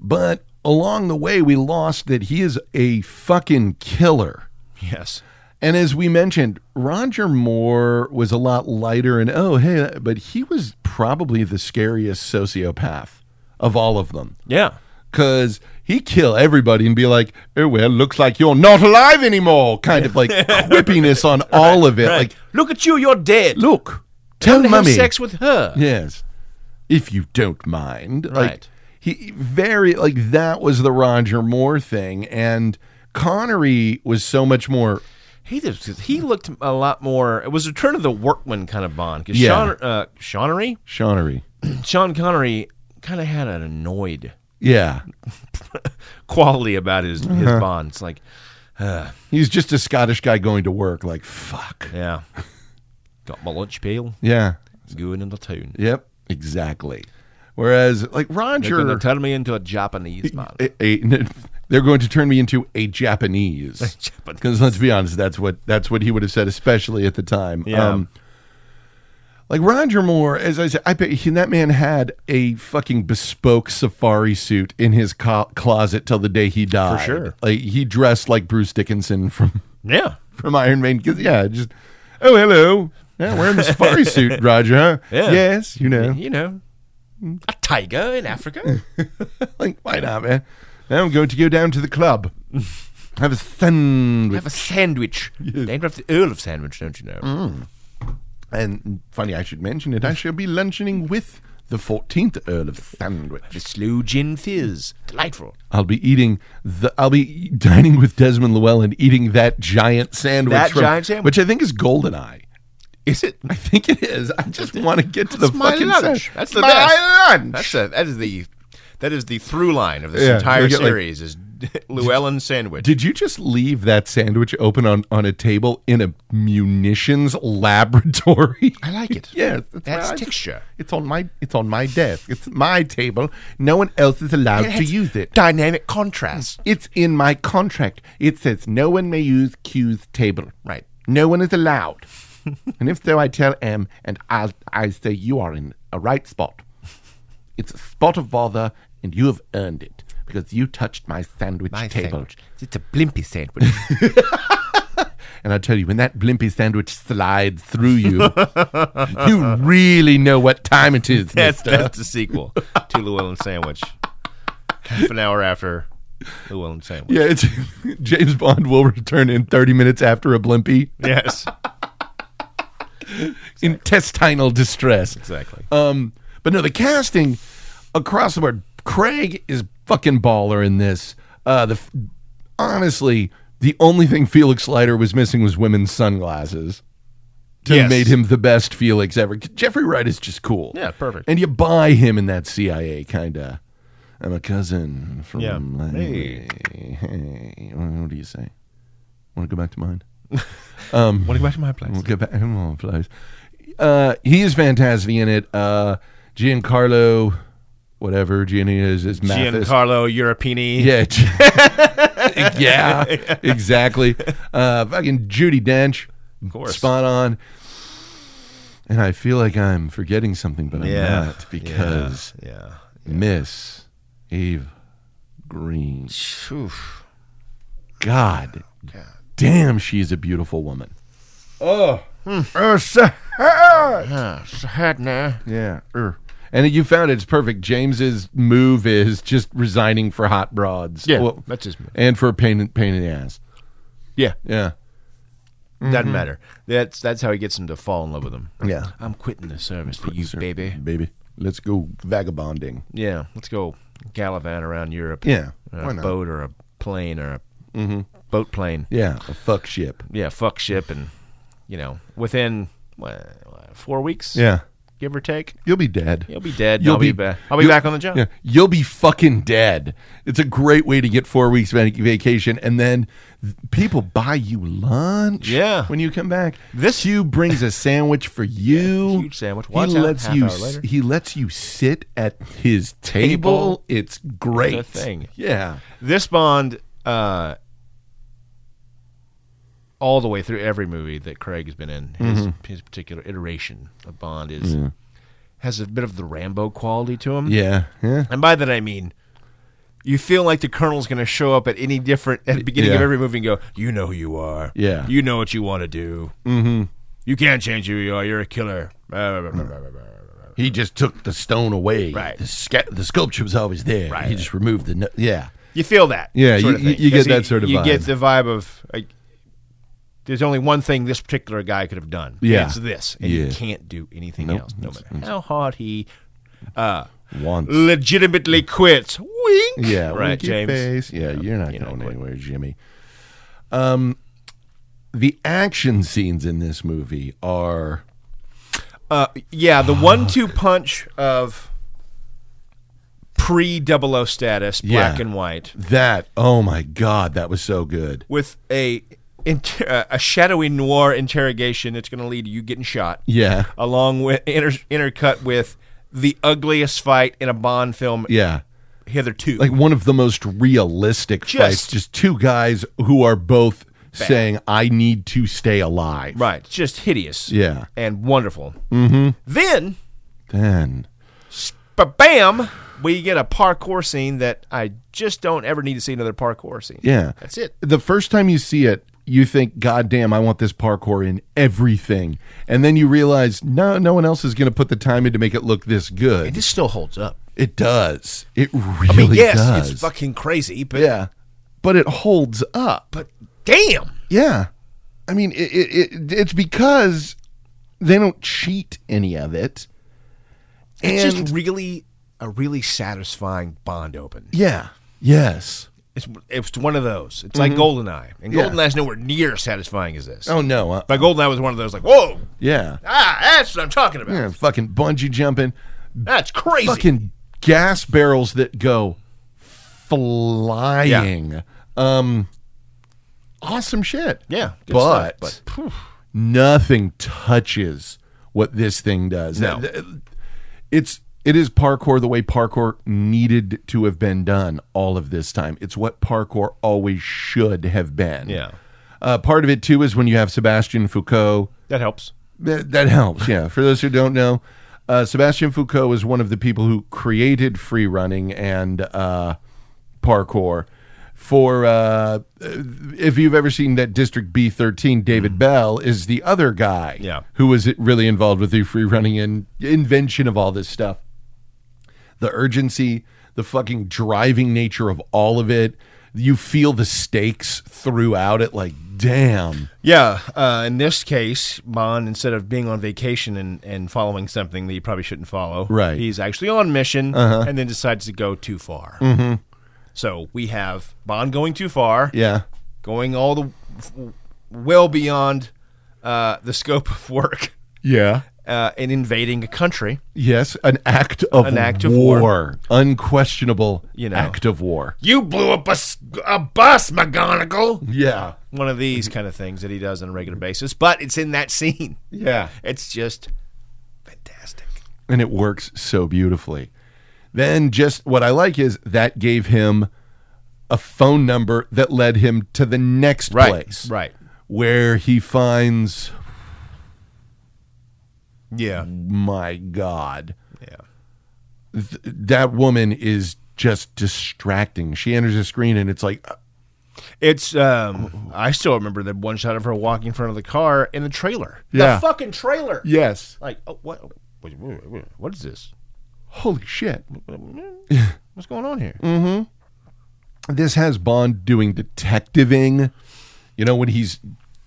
Speaker 1: but along the way we lost that he is a fucking killer.
Speaker 4: Yes.
Speaker 1: And as we mentioned, Roger Moore was a lot lighter and oh hey, but he was probably the scariest sociopath of all of them
Speaker 4: Yeah.
Speaker 1: because he kill everybody and be like, oh, well, looks like you're not alive anymore. Kind
Speaker 4: [laughs]
Speaker 1: of like quippiness on all of it. Like,
Speaker 4: Look at you, you're dead.
Speaker 1: look, tell
Speaker 4: Have
Speaker 1: mummy.
Speaker 4: sex with her.
Speaker 1: yes. If you don't mind. Like,
Speaker 4: Right.
Speaker 1: he very, like, that was the Roger Moore thing. And Connery was so much more,
Speaker 4: He just, he looked a lot more. It was Return of the Workman kind of Bond because
Speaker 1: Yeah.
Speaker 4: Sean uh, Seanery?
Speaker 1: Seanery.
Speaker 4: Sean Connery kind of had an annoyed
Speaker 1: Yeah.
Speaker 4: quality about his his
Speaker 1: Uh-huh.
Speaker 4: Bond. It's like,
Speaker 1: He's just a Scottish guy going to work. Like, fuck.
Speaker 4: yeah, got my lunch pail,
Speaker 1: Yeah.
Speaker 4: going into town.
Speaker 1: Yep. Exactly. Whereas like
Speaker 4: They're going
Speaker 1: Roger,
Speaker 4: to turn me into a Japanese man.
Speaker 1: [laughs] a- a- they're going to turn me into a
Speaker 4: [laughs]
Speaker 1: Japanese.
Speaker 4: Japanese.
Speaker 1: Because let's be honest, that's what that's what he would have said, especially at the time. Um,
Speaker 4: Yeah.
Speaker 1: like Roger Moore, as I said, I bet he, that man had a fucking bespoke safari suit in his co- closet till the day he died.
Speaker 4: sure.
Speaker 1: like he dressed like Bruce Dickinson from
Speaker 4: Yeah.
Speaker 1: from Iron Maiden. Because yeah, just oh hello, yeah, wearing the
Speaker 4: [laughs]
Speaker 1: safari suit, Roger. Huh?
Speaker 4: Yeah. Mm.
Speaker 1: Yes, you know,
Speaker 4: You know, a tiger in Africa.
Speaker 1: like why not, man? Now I'm going to go down to the
Speaker 4: [laughs]
Speaker 1: club, have a sandwich.
Speaker 4: have a sandwich. Named after the Earl of Sandwich, don't you know?
Speaker 1: And funny, I should mention it. I shall be luncheoning with the 14th Earl of
Speaker 4: The
Speaker 1: Sandwich.
Speaker 4: slow gin fizz. Delightful.
Speaker 1: I'll be eating the. I'll be dining with Desmond Llewellyn, eating that giant sandwich,
Speaker 4: That
Speaker 1: from-
Speaker 4: giant sandwich?
Speaker 1: which I think is Goldeneye.
Speaker 4: Is it?
Speaker 1: I think it is. I just want to get to the
Speaker 4: That's my
Speaker 1: fucking
Speaker 4: lunch.
Speaker 1: sa-
Speaker 4: That's the
Speaker 1: my
Speaker 4: best.
Speaker 1: lunch.
Speaker 4: That's a, that is the that is the through line of this
Speaker 1: Yeah,
Speaker 4: entire
Speaker 1: they get, like-
Speaker 4: series is [laughs] Llewellyn sandwich.
Speaker 1: Did you just leave that sandwich open on, on a table in a munitions laboratory?
Speaker 4: I like it.
Speaker 1: [laughs] Yeah,
Speaker 4: That's
Speaker 1: why I-
Speaker 4: texture.
Speaker 1: It's on my it's on my desk. It's my table. No one else is allowed to
Speaker 4: That's
Speaker 1: use it.
Speaker 4: Dynamic contrast.
Speaker 1: It's in my contract. It says no one may use Q's table.
Speaker 4: Right.
Speaker 1: No one is allowed. [laughs] and if so, I tell M, and I I say you are in a right spot. It's a spot of bother, and you have earned it because you touched my sandwich
Speaker 4: My
Speaker 1: table.
Speaker 4: sandwich. It's a blimpy sandwich.
Speaker 1: And I tell you, when that blimpy sandwich slides through you, [laughs] you really know what time it is,
Speaker 4: [laughs] that's,
Speaker 1: mister.
Speaker 4: that's the sequel to Llewellyn sandwich. Half an hour after Llewellyn sandwich.
Speaker 1: Yeah, it's [laughs] James Bond will return in 30 minutes after a blimpy
Speaker 4: Yes.
Speaker 1: intestinal distress.
Speaker 4: Exactly.
Speaker 1: Um, but no, the casting across the board. Craig is fucking baller in this. Uh, the honestly, the only thing Felix Leiter was missing was women's sunglasses. To
Speaker 4: Yes.
Speaker 1: made him the best Felix ever. Jeffrey Wright is just cool.
Speaker 4: Yeah, perfect.
Speaker 1: And you buy him in that CIA kind of. I'm a cousin from.
Speaker 4: Yeah.
Speaker 1: Hey. hey. [laughs] What do you say? Want to go back to mine?
Speaker 4: Want to go back to my place?
Speaker 1: We'll get back [laughs] in one place. Uh, he is fantastic in it. Uh, Giancarlo, whatever Gianni is, is Mathis.
Speaker 4: Giancarlo Europini.
Speaker 1: yeah, [laughs] G- yeah, exactly. Uh, fucking Judy Dench,
Speaker 4: Of course.
Speaker 1: spot on. And I feel like I'm forgetting something, but I'm
Speaker 4: Yeah.
Speaker 1: not because
Speaker 4: Yeah.
Speaker 1: Miss Eve Green.
Speaker 4: yeah. Oof.
Speaker 1: God, damn, she's a beautiful woman. Oh, oh, sir.
Speaker 4: Ah, so hard now.
Speaker 1: Yeah. er. And you found it's perfect. James's move is just resigning for hot broads.
Speaker 4: Yeah,
Speaker 1: Well,
Speaker 4: that's his move.
Speaker 1: And for a pain, in- pain in the ass.
Speaker 4: Yeah,
Speaker 1: Yeah.
Speaker 4: doesn't matter. That's that's how he gets him to fall in love with him.
Speaker 1: Mm-hmm. Yeah.
Speaker 4: I'm quitting the service for you, baby.
Speaker 1: Baby, let's go vagabonding.
Speaker 4: Yeah, let's go gallivant around Europe.
Speaker 1: Yeah, why
Speaker 4: on a
Speaker 1: not? Mm-hmm.
Speaker 4: boat or a plane or a boat plane.
Speaker 1: Yeah. A fuck ship.
Speaker 4: Yeah, fuck ship and you know within what, four weeks.
Speaker 1: Yeah.
Speaker 4: give or take,
Speaker 1: You'll be dead.
Speaker 4: you'll be dead. and I'll be, back. I'll be
Speaker 1: you'll-
Speaker 4: back on the job.
Speaker 1: Yeah, you'll be fucking dead. It's a great way to get four weeks vac- vacation, and then th- people buy you lunch.
Speaker 4: Yeah.
Speaker 1: when you come back, this Hugh brings a sandwich for you.
Speaker 4: huge sandwich.
Speaker 1: He
Speaker 4: Watch out,
Speaker 1: lets
Speaker 4: half
Speaker 1: you.
Speaker 4: hour
Speaker 1: s-
Speaker 4: later.
Speaker 1: He lets you sit at his table.
Speaker 4: Table.
Speaker 1: It's great.
Speaker 4: It's a thing.
Speaker 1: Yeah.
Speaker 4: This Bond, uh, all the way through every movie that Craig has been in, his,
Speaker 1: Mm-hmm.
Speaker 4: his particular iteration of Bond is has a bit of the Rambo quality to him.
Speaker 1: Yeah. Yeah.
Speaker 4: And by that I mean, you feel like the Colonel's going to show up at any different at the beginning of
Speaker 1: Yeah.
Speaker 4: every movie and go, "You know who you are.
Speaker 1: Yeah.
Speaker 4: you know what you want to do. Mm-hmm. You can't change who you are. You're a killer." Blah, blah, blah, blah, blah, blah.
Speaker 1: He just took the stone away.
Speaker 4: Right.
Speaker 1: The, sca- the sculpture was always there.
Speaker 4: Right.
Speaker 1: He just removed the. No- yeah.
Speaker 4: You feel that.
Speaker 1: Yeah,
Speaker 4: sort
Speaker 1: you-
Speaker 4: of thing.
Speaker 1: you get
Speaker 4: 'Cause
Speaker 1: that
Speaker 4: he-
Speaker 1: sort of
Speaker 4: You
Speaker 1: vibe.
Speaker 4: get the vibe of like, there's only one thing this particular guy could have done.
Speaker 1: Yeah.
Speaker 4: it's this, and
Speaker 1: Yeah.
Speaker 4: you can't do anything
Speaker 1: Nope.
Speaker 4: else. No matter how hard he uh,
Speaker 1: Once.
Speaker 4: legitimately quits. Wink.
Speaker 1: Yeah,
Speaker 4: [laughs] right,
Speaker 1: winky
Speaker 4: James.
Speaker 1: Face. Yeah, you're not
Speaker 4: you're not
Speaker 1: going
Speaker 4: quitting.
Speaker 1: anywhere, Jimmy. Um, the action scenes in this movie are
Speaker 4: Uh, yeah, the one-two punch of pre 0 status, black
Speaker 1: Yeah.
Speaker 4: and white,
Speaker 1: that. Oh my god, that was so good.
Speaker 4: with a inter- uh, a shadowy noir interrogation that's going to lead to you getting shot.
Speaker 1: Yeah,
Speaker 4: along with inter- intercut with the ugliest fight in a Bond film
Speaker 1: Yeah.
Speaker 4: hitherto.
Speaker 1: Like one of the most realistic
Speaker 4: Just-
Speaker 1: fights. Just two guys who are both saying, I need to stay alive.
Speaker 4: right, just hideous.
Speaker 1: Yeah.
Speaker 4: and wonderful. Mm-hmm. Then,
Speaker 1: Then.
Speaker 4: ba bam, we get a parkour scene that I just don't ever need to see another parkour scene.
Speaker 1: Yeah.
Speaker 4: That's it.
Speaker 1: The first time you see it, you think, God damn, I want this parkour in everything. And then you realize, no, no one else is going to put the time in to make it look this good.
Speaker 4: And this still holds up.
Speaker 1: It does. It really
Speaker 4: I mean, yes,
Speaker 1: does.
Speaker 4: it's fucking crazy, but
Speaker 1: yeah, but it holds up.
Speaker 4: but damn,
Speaker 1: Yeah, I mean, it, it, it it's because they don't cheat any of it. And
Speaker 4: it's just really a really satisfying Bond open.
Speaker 1: yeah, yes.
Speaker 4: It's it's one of those. It's like Goldeneye, and
Speaker 1: Mm-hmm. Yeah.
Speaker 4: Goldeneye's nowhere near satisfying as this.
Speaker 1: Oh no, uh,
Speaker 4: But Goldeneye was one of those like, whoa,
Speaker 1: yeah.
Speaker 4: ah, that's what I'm talking about.
Speaker 1: yeah, fucking bungee jumping,
Speaker 4: That's crazy.
Speaker 1: fucking gas barrels that go flying. Um, awesome shit.
Speaker 4: yeah, good
Speaker 1: but,
Speaker 4: stuff,
Speaker 1: nothing touches what this thing does.
Speaker 4: No.
Speaker 1: Th- th- It's it is parkour the way parkour needed to have been done all of this time. It's what parkour always should have been.
Speaker 4: Yeah.
Speaker 1: Uh, part of it too is when you have Sebastian Foucault
Speaker 4: that helps.
Speaker 1: that, that helps, yeah. For those who don't know, uh, Sebastian Foucault is one of the people who created free running and uh, parkour. For uh, if you've ever seen that District B13, David Bell is the other guy
Speaker 4: Yeah.
Speaker 1: who was really involved with the free running and invention of all this stuff. The urgency, the fucking driving nature of all of it. You feel the stakes throughout it, like damn.
Speaker 4: Yeah, uh, in this case, Bond, instead of being on vacation and, and following something that he probably shouldn't follow,
Speaker 1: Right.
Speaker 4: he's actually on mission and then decides to go too far. So we have Bond going too far,
Speaker 1: Yeah,
Speaker 4: going all the well beyond uh, the scope of work
Speaker 1: yeah.
Speaker 4: uh, and invading a country.
Speaker 1: Yes, an act of
Speaker 4: An act of
Speaker 1: war.
Speaker 4: war.
Speaker 1: unquestionable
Speaker 4: You know.
Speaker 1: act of war.
Speaker 4: You blew up a, s- a bus, McGonagall.
Speaker 1: Yeah,
Speaker 4: One of these kind of things that he does on a regular basis, but it's in that scene.
Speaker 1: yeah,
Speaker 4: It's just fantastic.
Speaker 1: and it works so beautifully. Then, just what I like is that gave him a phone number that led him to the next place,
Speaker 4: Right.
Speaker 1: where he finds
Speaker 4: Yeah.
Speaker 1: Mm-hmm. my God,
Speaker 4: Yeah.
Speaker 1: th- that woman is just distracting. She enters the screen, and it's like, uh,
Speaker 4: It's um I still remember that one shot of her walking in front of the car in the trailer.
Speaker 1: Yeah.
Speaker 4: The fucking trailer.
Speaker 1: yes,
Speaker 4: Like, oh what wait, wait, wait, what is this?
Speaker 1: holy shit.
Speaker 4: What's going on here?
Speaker 1: Mm. This has Bond doing detectiving. You know when he's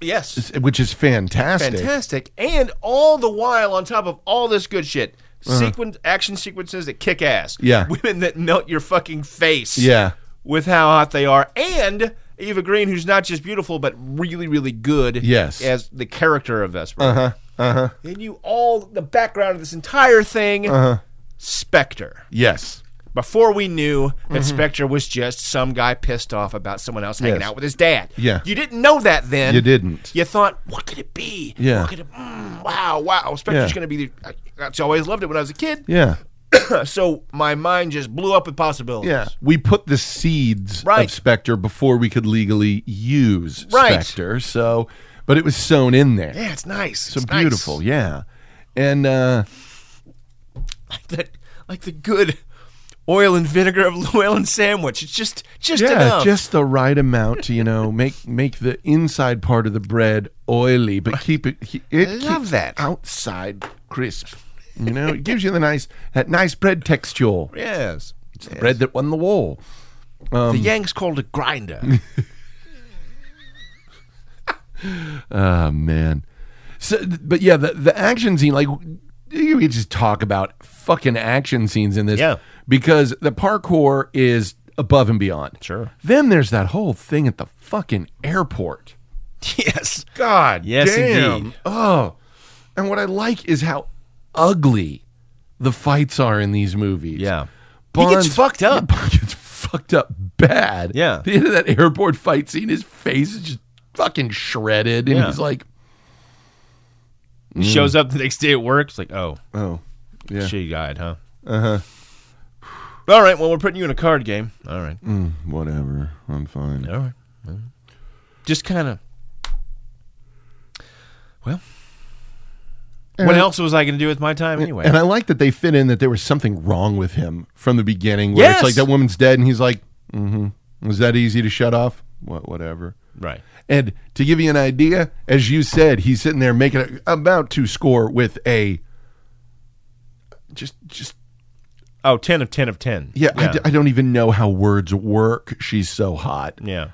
Speaker 4: Yes.
Speaker 1: which is fantastic.
Speaker 4: Fantastic. And all the while on top of all this good shit. Sequence action sequences that kick ass.
Speaker 1: Uh-huh. Yeah.
Speaker 4: Women that melt your fucking face.
Speaker 1: Yeah.
Speaker 4: With how hot they are. And Eva Green, who's not just beautiful, but really, really good.
Speaker 1: Yes. Uh-huh.
Speaker 4: As the character of Vesper. Uh huh. Uh huh. And you all the background of this entire thing. Uh
Speaker 1: Uh-huh.
Speaker 4: huh. Spectre.
Speaker 1: Yes.
Speaker 4: Before we knew
Speaker 1: Mm-hmm.
Speaker 4: that Spectre was just some guy pissed off about someone else hanging
Speaker 1: Yes.
Speaker 4: out with his dad.
Speaker 1: Yeah.
Speaker 4: You didn't know that then.
Speaker 1: You didn't.
Speaker 4: You thought, what could it be?
Speaker 1: Yeah.
Speaker 4: What could it, mm, wow, wow. Spectre's
Speaker 1: Yeah.
Speaker 4: going to be the. I, I always loved it when I was a kid.
Speaker 1: Yeah.
Speaker 4: So my mind just blew up with possibilities.
Speaker 1: Yeah. We put the seeds
Speaker 4: Right.
Speaker 1: of Spectre before we could legally use
Speaker 4: Right.
Speaker 1: Spectre. So, but it was sown in there.
Speaker 4: Yeah, it's nice.
Speaker 1: so
Speaker 4: It's nice.
Speaker 1: beautiful. Yeah. And uh
Speaker 4: Like the, like the good oil and vinegar of [laughs] Llewellyn sandwich. It's just just
Speaker 1: yeah,
Speaker 4: enough.
Speaker 1: just the right amount to, you know, make make the inside part of the bread oily, but keep it it
Speaker 4: love
Speaker 1: keeps
Speaker 4: that.
Speaker 1: outside crisp. You know, it gives you the nice that nice bread texture.
Speaker 4: yes. Yes.
Speaker 1: Bread that won the war.
Speaker 4: the Yanks called it grinder. [laughs]
Speaker 1: Oh man. So, but yeah, the the action scene, like you could just talk about fucking action scenes in this,
Speaker 4: Yeah.
Speaker 1: Because the parkour is above and beyond.
Speaker 4: Sure.
Speaker 1: Then there's that whole thing at the fucking airport.
Speaker 4: yes.
Speaker 1: God.
Speaker 4: Yes,
Speaker 1: damn.
Speaker 4: indeed.
Speaker 1: Oh, and what I like is how ugly the fights are in these movies.
Speaker 4: Yeah. He
Speaker 1: Bond,
Speaker 4: gets fucked up.
Speaker 1: Yeah, Bond [laughs] gets fucked up bad.
Speaker 4: Yeah.
Speaker 1: The end of that airport fight scene, his face is just fucking shredded, and
Speaker 4: Yeah.
Speaker 1: he's like,
Speaker 4: Shows up the next day at work. It's like, oh,
Speaker 1: "Oh, Yeah. Uh-huh.
Speaker 4: She died, huh? Uh huh. All right. Well, we're putting you in a card game. All right.
Speaker 1: Mm. Whatever. I'm fine.
Speaker 4: All right. Well, Just kind of. Well, what
Speaker 1: And-
Speaker 4: else was I going to do with my time anyway?
Speaker 1: And I like that they fit in that there was something wrong with him from the beginning. Where
Speaker 4: Yes!
Speaker 1: it's like that woman's dead, and he's like, mm-hmm. "Was that easy to shut off? What, whatever."
Speaker 4: right.
Speaker 1: And to give you an idea, as you said, he's sitting there making a, about to score with a just just
Speaker 4: Oh, 10 of 10 of 10.
Speaker 1: yeah. I
Speaker 4: Yeah.
Speaker 1: d- I, don't even know how words work. She's so hot.
Speaker 4: Yeah.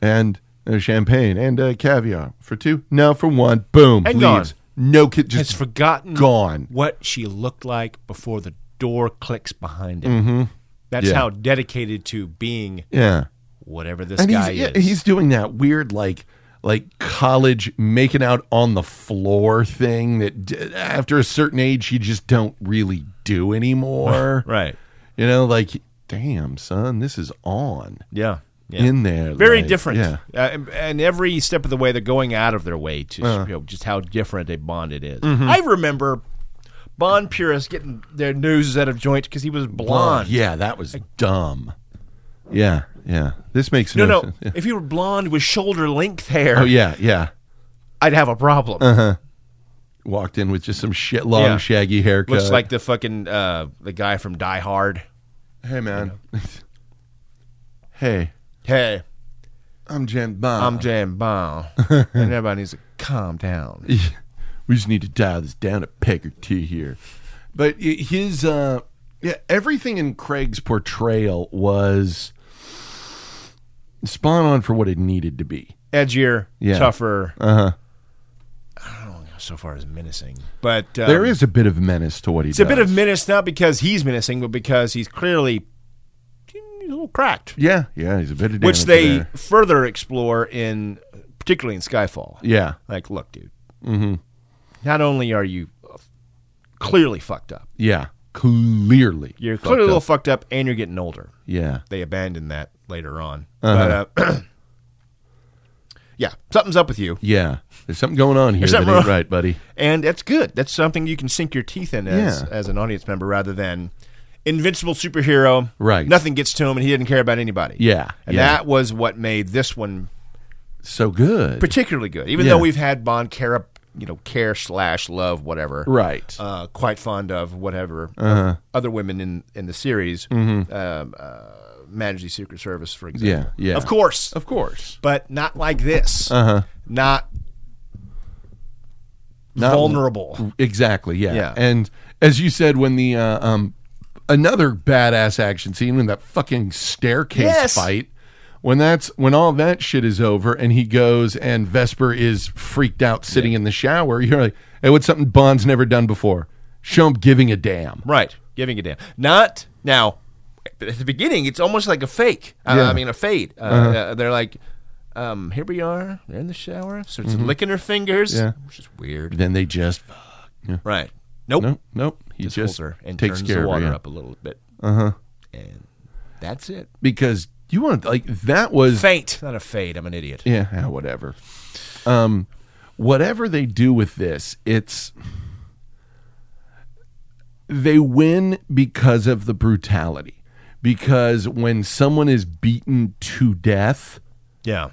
Speaker 1: And there's champagne and uh, caviar for two. No, for one. Boom.
Speaker 4: And
Speaker 1: leaves.
Speaker 4: gone.
Speaker 1: No kid.
Speaker 4: Has
Speaker 1: Just
Speaker 4: forgotten
Speaker 1: gone.
Speaker 4: what she looked like before the door clicks behind him. That's
Speaker 1: Mm-hmm. Yeah.
Speaker 4: how dedicated to being
Speaker 1: yeah.
Speaker 4: whatever this
Speaker 1: and
Speaker 4: guy
Speaker 1: he's, yeah,
Speaker 4: is.
Speaker 1: he's doing that weird like like college making out on the floor thing that d- after a certain age you just don't really do anymore
Speaker 4: [laughs] right.
Speaker 1: you know like damn son this is on
Speaker 4: Yeah. Yeah.
Speaker 1: in there
Speaker 4: very
Speaker 1: like,
Speaker 4: different.
Speaker 1: yeah
Speaker 4: Uh, and, and every step of the way, they're going out of their way to
Speaker 1: Uh-huh.
Speaker 4: you know, just how different a Bond it is.
Speaker 1: Mm-hmm.
Speaker 4: I remember Bond purists getting their noses out of joint because he was blonde.
Speaker 1: Oh, yeah that was dumb yeah yeah this makes
Speaker 4: No,
Speaker 1: no,
Speaker 4: no.
Speaker 1: sense [laughs] Yeah.
Speaker 4: If you were blonde with shoulder length hair,
Speaker 1: oh yeah Uh-huh. yeah
Speaker 4: I'd have a problem.
Speaker 1: walked in with just some shit long
Speaker 4: Yeah.
Speaker 1: shaggy haircut
Speaker 4: Looks like the fucking uh, the guy from Die Hard.
Speaker 1: hey man [laughs] hey
Speaker 4: Hey,
Speaker 1: i'm jen bond
Speaker 4: I'm
Speaker 1: [laughs]
Speaker 4: Jan Bond, and everybody needs to calm down.
Speaker 1: Yeah. we just need to dial this down a peg or two here. But i- his, uh, yeah, everything in Craig's portrayal was spot on for what it needed to be.
Speaker 4: Edgier,
Speaker 1: Yeah.
Speaker 4: tougher.
Speaker 1: Uh huh.
Speaker 4: So far as menacing, but um,
Speaker 1: There is a bit of menace to what he
Speaker 4: It's
Speaker 1: does.
Speaker 4: a bit of menace, not because he's menacing, but because he's clearly he's a little cracked,
Speaker 1: yeah, yeah. He's a bit of damage
Speaker 4: which they
Speaker 1: there.
Speaker 4: further explore in, particularly in Skyfall.
Speaker 1: yeah,
Speaker 4: Like, look, dude, mm-hmm. not only are you clearly fucked up,
Speaker 1: yeah. Clearly,
Speaker 4: you're
Speaker 1: fucked
Speaker 4: clearly a little
Speaker 1: up.
Speaker 4: fucked up, and you're getting older.
Speaker 1: yeah.
Speaker 4: They abandon that later on,
Speaker 1: Uh-huh.
Speaker 4: but uh, [clears throat] yeah, something's up with you,
Speaker 1: Yeah, there's something going on here.
Speaker 4: There's
Speaker 1: That
Speaker 4: something
Speaker 1: ain't
Speaker 4: wrong.
Speaker 1: right, buddy.
Speaker 4: and that's good. That's something you can sink your teeth in as
Speaker 1: Yeah.
Speaker 4: as an audience member, rather than. Invincible superhero,
Speaker 1: Right.
Speaker 4: Nothing gets to him, and he didn't care about anybody.
Speaker 1: Yeah,
Speaker 4: And
Speaker 1: yeah.
Speaker 4: that was what made this one
Speaker 1: so good.
Speaker 4: particularly good. Even
Speaker 1: Yeah.
Speaker 4: though we've had Bond care, you know, care slash love, whatever,
Speaker 1: right. Uh-huh.
Speaker 4: Uh, quite fond of whatever other women in in the series, um, uh, Majesty Secret Service, for example.
Speaker 1: Mm-hmm. Yeah, yeah.
Speaker 4: Of course,
Speaker 1: of course.
Speaker 4: but not like this.
Speaker 1: Uh huh.
Speaker 4: Not,
Speaker 1: Not-
Speaker 4: vulnerable.
Speaker 1: Exactly. Yeah.
Speaker 4: Yeah.
Speaker 1: And as you said, when the uh, um, another badass action scene when that fucking staircase
Speaker 4: Yes.
Speaker 1: fight, when that's when all that shit is over, and he goes and Vesper is freaked out sitting in the shower. You're like, hey, what's something Bond's never done before? Show him giving a damn.
Speaker 4: Right. Giving a damn. Not now. At the beginning, it's almost like a fake. Uh,
Speaker 1: Yeah. Uh-huh.
Speaker 4: I mean, a fade. Uh, uh, they're like, um, here we are. They're in the shower. So it's licking her fingers,
Speaker 1: Mm-hmm. Yeah.
Speaker 4: which is weird.
Speaker 1: Then they just
Speaker 4: Right. Nope.
Speaker 1: nope, nope. He
Speaker 4: Just,
Speaker 1: just,
Speaker 4: holds her and
Speaker 1: takes
Speaker 4: turns
Speaker 1: care
Speaker 4: the
Speaker 1: of her,
Speaker 4: water
Speaker 1: yeah. Uh-huh.
Speaker 4: up a little bit. And that's it.
Speaker 1: because you want like that was
Speaker 4: Faint. Not a fade. I'm an idiot.
Speaker 1: Yeah, yeah, whatever. Um, whatever they do with this, it's they win because of the brutality. Because when someone is beaten to death,
Speaker 4: Yeah.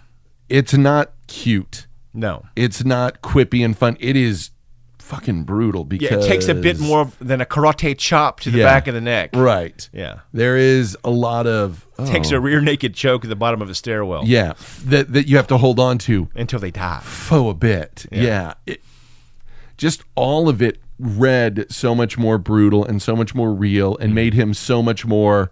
Speaker 1: it's not cute.
Speaker 4: No.
Speaker 1: It's not quippy and fun. It is fucking brutal. Because
Speaker 4: Yeah, it takes a bit more of- than a karate chop to the
Speaker 1: Yeah.
Speaker 4: back of the neck.
Speaker 1: Right.
Speaker 4: Yeah.
Speaker 1: There is a lot of oh,
Speaker 4: Takes a rear naked choke at the bottom of a stairwell
Speaker 1: yeah that that you have to hold on to.
Speaker 4: until they die.
Speaker 1: faux a bit. Yeah. It- just all of it read so much more brutal and so much more real
Speaker 4: Mm-hmm.
Speaker 1: and made him so much more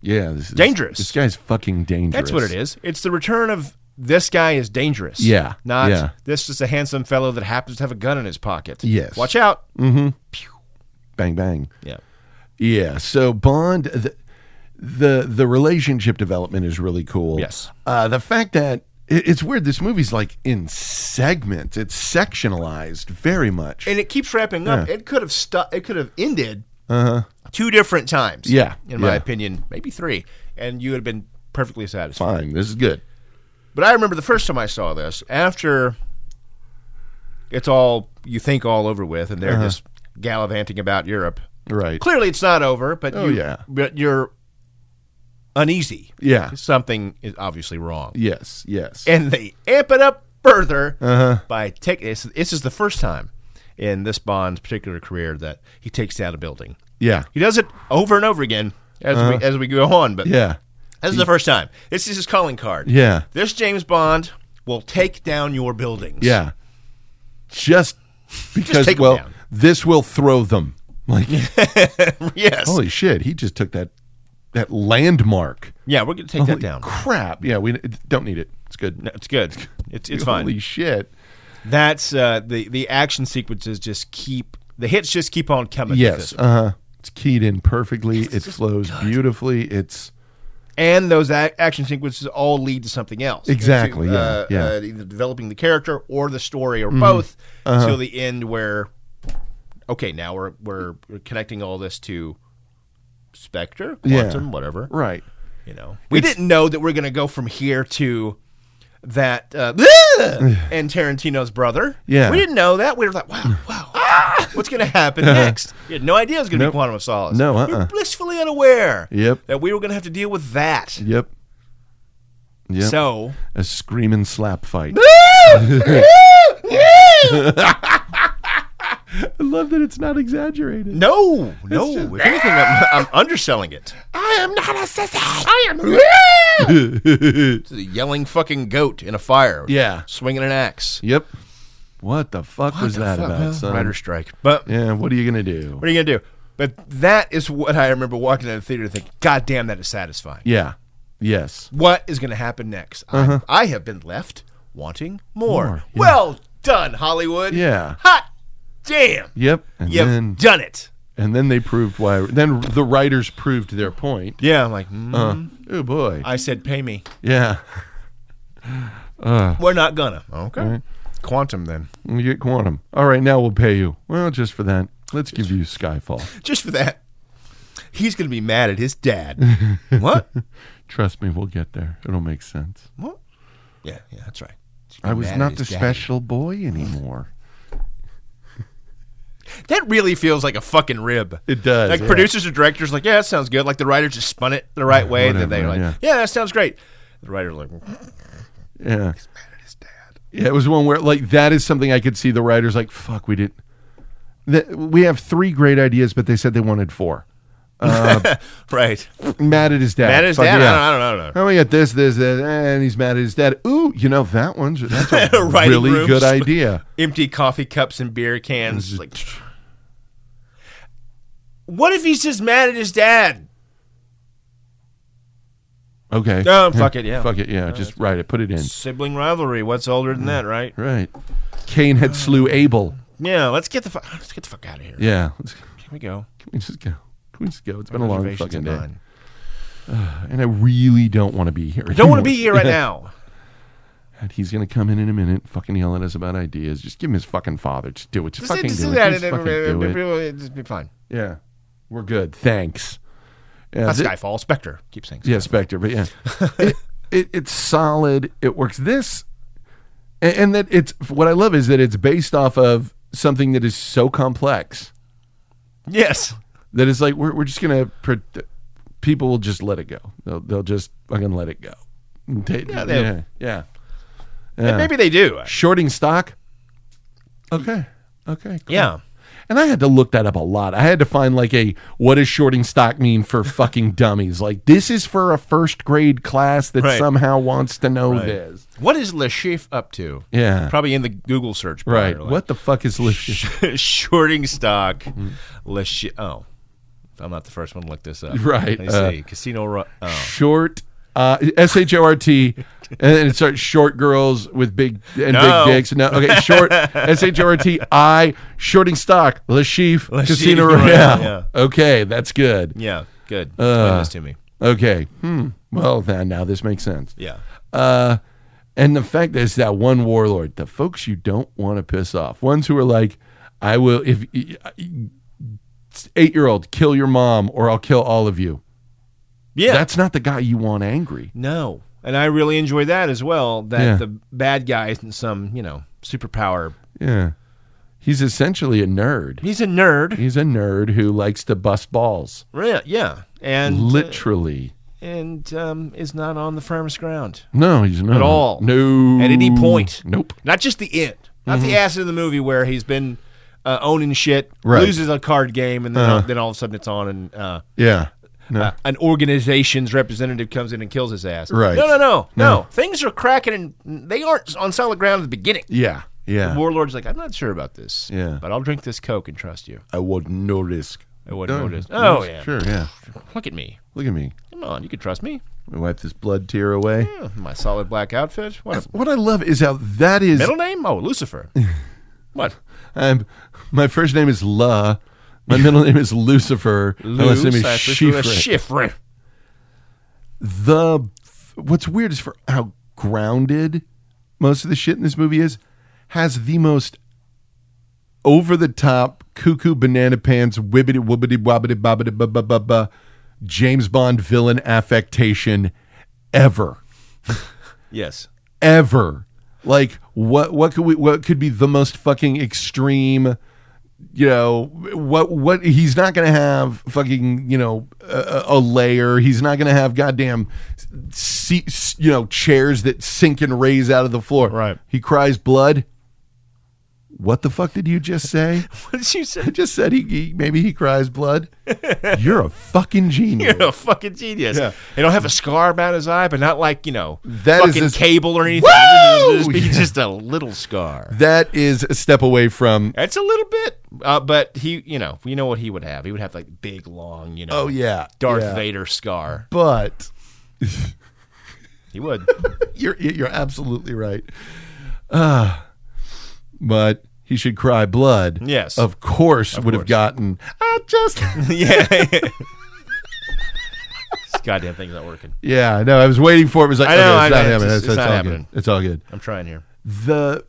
Speaker 1: yeah this is-
Speaker 4: Dangerous.
Speaker 1: this guy's fucking dangerous
Speaker 4: That's what it is. It's the return of this guy is dangerous.
Speaker 1: Yeah,
Speaker 4: Not
Speaker 1: yeah.
Speaker 4: this is a handsome fellow that happens to have a gun in his pocket.
Speaker 1: Yes. Mm.
Speaker 4: Watch out.
Speaker 1: bang bang
Speaker 4: Yeah.
Speaker 1: yeah so bond the the, the relationship development is really cool
Speaker 4: Yes.
Speaker 1: uh, the fact that it, it's weird this movie's like in segments it's sectionalized very much
Speaker 4: And it keeps wrapping up. It could have stuck it could have ended two different times.
Speaker 1: Uh-huh. Yeah,
Speaker 4: In my
Speaker 1: yeah.
Speaker 4: opinion. Maybe three. And you would have been perfectly satisfied.
Speaker 1: fine this is good
Speaker 4: But I remember the first time I saw
Speaker 1: Uh-huh.
Speaker 4: this, after it's all you think all over with and they're just gallivanting about Europe.
Speaker 1: Right.
Speaker 4: Clearly, it's not over, but
Speaker 1: Oh,
Speaker 4: you,
Speaker 1: yeah.
Speaker 4: but you're uneasy.
Speaker 1: Yeah.
Speaker 4: Ah. something is obviously wrong,
Speaker 1: Yes. Yes.
Speaker 4: and they amp it up further
Speaker 1: Uh-huh.
Speaker 4: by taking. This is the first time in this Bond's particular career that he takes down a building.
Speaker 1: yeah.
Speaker 4: He does it over and over again as we as we go on, but
Speaker 1: Uh-huh. Yeah.
Speaker 4: this is the first time. This is his calling card.
Speaker 1: Yeah.
Speaker 4: This James Bond will take down your buildings.
Speaker 1: Yeah. Just because
Speaker 4: take 'em
Speaker 1: well,
Speaker 4: down.
Speaker 1: this will throw them. Like
Speaker 4: [laughs] yes.
Speaker 1: holy shit, he just took that that landmark.
Speaker 4: yeah, we're going to take
Speaker 1: Holy
Speaker 4: that down.
Speaker 1: Crap. Yeah, we don't need it. It's good.
Speaker 4: No, it's good. It's it's
Speaker 1: holy
Speaker 4: fine.
Speaker 1: shit.
Speaker 4: That's uh, the the action sequences just keep the hits just keep on coming. with
Speaker 1: Yes.
Speaker 4: this.
Speaker 1: Uh huh. It's keyed in perfectly. It flows beautifully. It's
Speaker 4: and those ac action sequences all lead to something else.
Speaker 1: Exactly,
Speaker 4: To,
Speaker 1: yeah,
Speaker 4: uh,
Speaker 1: yeah. Mm-hmm.
Speaker 4: uh, either developing the character or the story or both
Speaker 1: Uh-huh.
Speaker 4: until the end where okay, now we're we're, we're connecting all this to Spectre,
Speaker 1: Yeah.
Speaker 4: Quantum, whatever.
Speaker 1: right.
Speaker 4: You know, we didn't know that we're going to go from here to
Speaker 1: [sighs]
Speaker 4: that uh, [sighs] and Tarantino's brother.
Speaker 1: Yeah. Mm.
Speaker 4: we didn't know that. We were like, wow, wow, [laughs] ah, what's going to happen next? We had no idea it was going to
Speaker 1: Uh-huh. Nope.
Speaker 4: be Quantum of Solace.
Speaker 1: No,
Speaker 4: we
Speaker 1: uh-uh.
Speaker 4: were blissfully unaware.
Speaker 1: Yep.
Speaker 4: that we were going to have to deal with that.
Speaker 1: Yep. Yep.
Speaker 4: So
Speaker 1: a screaming slap
Speaker 4: [laughs]
Speaker 1: fight. [laughs] I love that it's not exaggerated.
Speaker 4: no, no. if anything, I'm,
Speaker 1: [laughs]
Speaker 4: I'm underselling it.
Speaker 1: I am not a sissy. I am. [laughs]
Speaker 4: It's a yelling fucking goat in a fire.
Speaker 1: Yeah.
Speaker 4: swinging an axe.
Speaker 1: Yep. What the fuck was that about, son?
Speaker 4: Rider strike. But
Speaker 1: Yeah. What are you gonna do?
Speaker 4: what are you gonna do? But that is what I remember walking out of the theater and thinking, God damn, that is satisfying.
Speaker 1: Yeah. Yes.
Speaker 4: What is going to happen next? I, I have been left wanting more.
Speaker 1: Uh-huh. More, yeah.
Speaker 4: Well done, Hollywood.
Speaker 1: Yeah.
Speaker 4: Hot damn.
Speaker 1: Yep. And
Speaker 4: You've
Speaker 1: then
Speaker 4: done it.
Speaker 1: and then they proved why. Then the writers proved their point.
Speaker 4: Yeah, I'm like, mm,
Speaker 1: Uh, oh boy.
Speaker 4: I said, pay me.
Speaker 1: yeah.
Speaker 4: We're not gonna. Okay. Quantum then.
Speaker 1: You get quantum. All right. Now we'll pay you. Well, just for that. Let's give you Skyfall.
Speaker 4: Just for that. He's gonna be mad at his dad.
Speaker 1: [laughs]
Speaker 4: what?
Speaker 1: Trust me, we'll get there. It'll make sense.
Speaker 4: What? Yeah, yeah, that's right. He's gonna
Speaker 1: I
Speaker 4: be
Speaker 1: was
Speaker 4: mad at
Speaker 1: not the
Speaker 4: his dad.
Speaker 1: special boy anymore.
Speaker 4: That really feels like a fucking rib.
Speaker 1: It does.
Speaker 4: like
Speaker 1: yeah.
Speaker 4: producers or directors like yeah that sounds good like the writer just spun it the right way and then they're like
Speaker 1: Whatever,
Speaker 4: yeah. that sounds great the writer's like
Speaker 1: Yeah. Yeah, it was one where like that is something I could see the writers like, fuck, we didn't. That we have three great ideas, but they said they wanted four.
Speaker 4: right
Speaker 1: Mad at his dad.
Speaker 4: mad at his
Speaker 1: Fuck
Speaker 4: dad
Speaker 1: yeah.
Speaker 4: I, don't, I don't know
Speaker 1: Oh, we got this, this, this, and he's mad at his dad. Ooh, you know that one's that's
Speaker 4: [laughs]
Speaker 1: a
Speaker 4: Writing
Speaker 1: really
Speaker 4: rooms.
Speaker 1: good idea.
Speaker 4: empty coffee cups and beer cans like what if he's just mad at his dad
Speaker 1: Okay.
Speaker 4: Oh, fuck it, yeah.
Speaker 1: Fuck it, yeah. just write it, put it in.
Speaker 4: sibling rivalry what's older than that right
Speaker 1: Right. Cain had slew Abel.
Speaker 4: yeah let's get the fuck let's get the fuck out of here
Speaker 1: Yeah. Let's, can
Speaker 4: here we go
Speaker 1: we just go? Can we just go? It's been a long
Speaker 4: Reservations
Speaker 1: fucking
Speaker 4: at
Speaker 1: day, [laughs]
Speaker 4: nine.
Speaker 1: and I really don't want to be here.
Speaker 4: I don't want to be here right now
Speaker 1: God, he's gonna come in in a minute, fucking yell at us about ideas. Just give him his fucking father. Just do it. Just, fucking do it. Just fucking do it.
Speaker 4: just be fine
Speaker 1: Yeah, we're good. Thanks. Yeah,
Speaker 4: that's
Speaker 1: thi-
Speaker 4: Skyfall Spectre keep saying
Speaker 1: yeah, Spectre. But yeah, [laughs] it, it, it's solid. It works. This and, and that it's what I love is that it's based off of something that is so complex
Speaker 4: yes
Speaker 1: that it's like we're we're just gonna pre- people will just let it go. They'll they'll just fucking let it go. They- yeah,
Speaker 4: they-
Speaker 1: yeah, yeah.
Speaker 4: And maybe they do
Speaker 1: shorting stock. Okay. Okay. cool.
Speaker 4: yeah
Speaker 1: And I had to look that up a lot. I had to find like a what does shorting stock mean
Speaker 4: [laughs]
Speaker 1: for fucking dummies? Like this is for a first grade class that
Speaker 4: Right.
Speaker 1: somehow wants to know this.
Speaker 4: What is Le Chiffre up to?
Speaker 1: Yeah.
Speaker 4: Probably in the Google search bar.
Speaker 1: Right.
Speaker 4: Like,
Speaker 1: What Mm-hmm. the fuck is Lish?
Speaker 4: [laughs] Shorting stock. Le Chi- Oh. I'm not the first one to look this up.
Speaker 1: [laughs] Right,
Speaker 4: Let me
Speaker 1: uh,
Speaker 4: see. Casino Ru- Oh.
Speaker 1: Short uh S H O R T [laughs] and then it starts short girls with big and
Speaker 4: No.
Speaker 1: big dicks. No, okay,
Speaker 4: [laughs]
Speaker 1: short S H O R T I shorting stock, Le Chiffre,
Speaker 4: Le
Speaker 1: Casino
Speaker 4: Chiffre,
Speaker 1: Royale.
Speaker 4: yeah.
Speaker 1: Okay, that's good.
Speaker 4: Yeah. Good.
Speaker 1: Uh,
Speaker 4: Explain this to me.
Speaker 1: Okay. Hmm. Well, then now this makes sense.
Speaker 4: Yeah.
Speaker 1: Uh, and the fact that it's that one warlord, the folks you don't want to piss off, ones who are like, I will, if eight year old, kill your mom or I'll kill all of you.
Speaker 4: Yeah.
Speaker 1: That's not the guy you want angry.
Speaker 4: no. And I really enjoy that as well. That
Speaker 1: Yeah.
Speaker 4: the bad guy isn't some, you know, superpower.
Speaker 1: Yeah.
Speaker 6: He's essentially a nerd.
Speaker 4: He's a nerd.
Speaker 6: He's a nerd who likes to bust balls,
Speaker 4: Yeah, yeah. And uh,
Speaker 6: literally.
Speaker 4: and um, is not on the firmest ground.
Speaker 6: No, he's not
Speaker 4: At all.
Speaker 6: No,
Speaker 4: At any point.
Speaker 6: Nope.
Speaker 4: Not just the end. Not
Speaker 1: Mm-hmm.
Speaker 4: the ass of the movie where he's been uh, owning shit,
Speaker 1: Right. Uh-huh.
Speaker 4: loses a card game, and then, then all of a sudden it's on and uh,
Speaker 1: Yeah. No.
Speaker 4: uh, an organization's representative comes in and kills his ass.
Speaker 1: Right.
Speaker 4: No, no, no, no. Things are cracking and they aren't on solid ground at the beginning.
Speaker 1: yeah.
Speaker 4: The
Speaker 1: Yeah.
Speaker 4: warlord's like, I'm not sure about this.
Speaker 1: Yeah.
Speaker 4: But I'll drink this Coke and trust you.
Speaker 6: I would no risk.
Speaker 4: I wouldn't notice. Oh, yeah.
Speaker 1: Sure. Yeah.
Speaker 4: Look at me.
Speaker 1: Look at me.
Speaker 4: Come on. You can trust me.
Speaker 1: I wipe this blood tear away.
Speaker 4: Yeah, my solid black outfit. What? a-
Speaker 1: What I love is how that is.
Speaker 4: Middle name?
Speaker 1: [laughs]
Speaker 4: Oh, Lucifer. what?
Speaker 1: I'm, my first name is La. My [laughs] middle name is Lucifer. My last name is Shifra.
Speaker 4: Shifre.
Speaker 1: The what's weird is for how grounded most of the shit in this movie is has the most over the top cuckoo banana pants wibbity wobbity wobbity bobbity ba ba ba ba James Bond villain affectation ever.
Speaker 4: Yes.
Speaker 1: ever. Like what what could we what could be the most fucking extreme you know what what he's not going to have fucking you know a, a a layer he's not going to have goddamn seats you know chairs that sink and raise out of the floor
Speaker 4: Right.
Speaker 1: he cries blood what the fuck did you just
Speaker 4: [laughs]
Speaker 1: say
Speaker 4: [laughs] What did you
Speaker 1: i
Speaker 4: say?
Speaker 1: just said he, he maybe he cries blood you're a fucking genius
Speaker 4: [laughs] You're a fucking genius.
Speaker 1: Yeah.
Speaker 4: They don't have a scar about his eye, but not like, you know,
Speaker 1: That is
Speaker 4: fucking
Speaker 1: as-
Speaker 4: cable or anything.
Speaker 1: Woo! [laughs]
Speaker 4: Just, be
Speaker 1: Yeah.
Speaker 4: just a little scar.
Speaker 1: that is a step away from
Speaker 4: That's a little bit, uh, but he, you know, you know what he would have. He would have like big, long, you know,
Speaker 1: oh yeah
Speaker 4: Darth
Speaker 1: yeah.
Speaker 4: Vader scar.
Speaker 1: but
Speaker 4: He
Speaker 1: [laughs]
Speaker 4: would. [laughs]
Speaker 1: you're you're absolutely right. Uh, but he should cry blood.
Speaker 4: Yes.
Speaker 1: of course would have
Speaker 4: course.
Speaker 1: gotten. I just
Speaker 4: yeah. [laughs] this goddamn thing's not working.
Speaker 1: yeah. No, I was waiting for it. it was like
Speaker 4: I know,
Speaker 1: okay,
Speaker 4: I
Speaker 1: it's
Speaker 4: know,
Speaker 1: not
Speaker 4: it's
Speaker 1: happening. That's-
Speaker 4: just- it's
Speaker 1: that's
Speaker 4: not
Speaker 1: all good.
Speaker 4: happening.
Speaker 1: It's all good.
Speaker 4: I'm trying here.
Speaker 1: The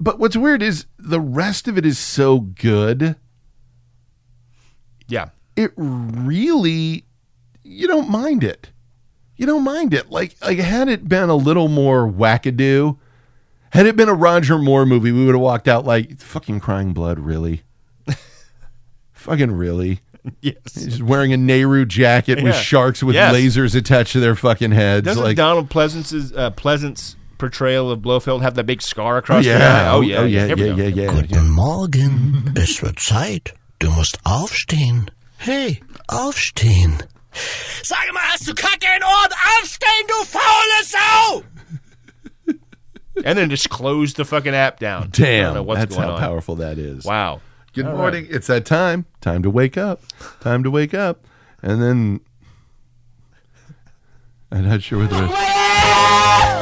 Speaker 1: but what's weird is the rest of it is so good.
Speaker 4: Yeah.
Speaker 1: It really you don't mind it. You don't mind it. Like like had it been a little more wackadoo. Had it been a Roger Moore movie, we would have walked out like fucking crying blood, really. [laughs] fucking really.
Speaker 4: Yes.
Speaker 1: He's wearing a Nehru jacket with
Speaker 4: Yeah.
Speaker 1: sharks with
Speaker 4: Yes.
Speaker 1: lasers attached to their fucking heads.
Speaker 4: Doesn't
Speaker 1: like
Speaker 4: Donald Pleasance's uh, Pleasance portrayal of Blofeld have that big scar across the eye?
Speaker 1: yeah,
Speaker 4: Oh yeah.
Speaker 1: oh yeah,
Speaker 4: Here we
Speaker 1: yeah,
Speaker 4: go.
Speaker 1: yeah, yeah, yeah.
Speaker 7: Guten Morgen, [laughs] es wird Zeit. Du musst aufstehen. Hey, aufstehen. Sag mal, hast du Kacke in Ohren? Aufstehen, du faule Sau!
Speaker 4: And then just close the fucking app down. I don't know
Speaker 1: Damn,
Speaker 4: what's
Speaker 1: that's
Speaker 4: going
Speaker 1: how
Speaker 4: on.
Speaker 1: powerful that is.
Speaker 4: Wow.
Speaker 1: Good morning. It's that time. Time to wake up. Time to wake up. And then I'm not sure what the rest.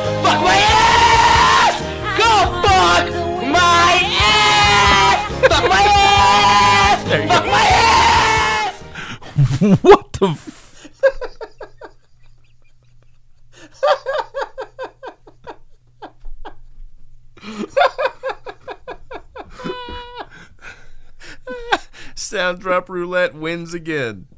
Speaker 1: What the? F-
Speaker 4: Sound drop roulette wins again. [laughs]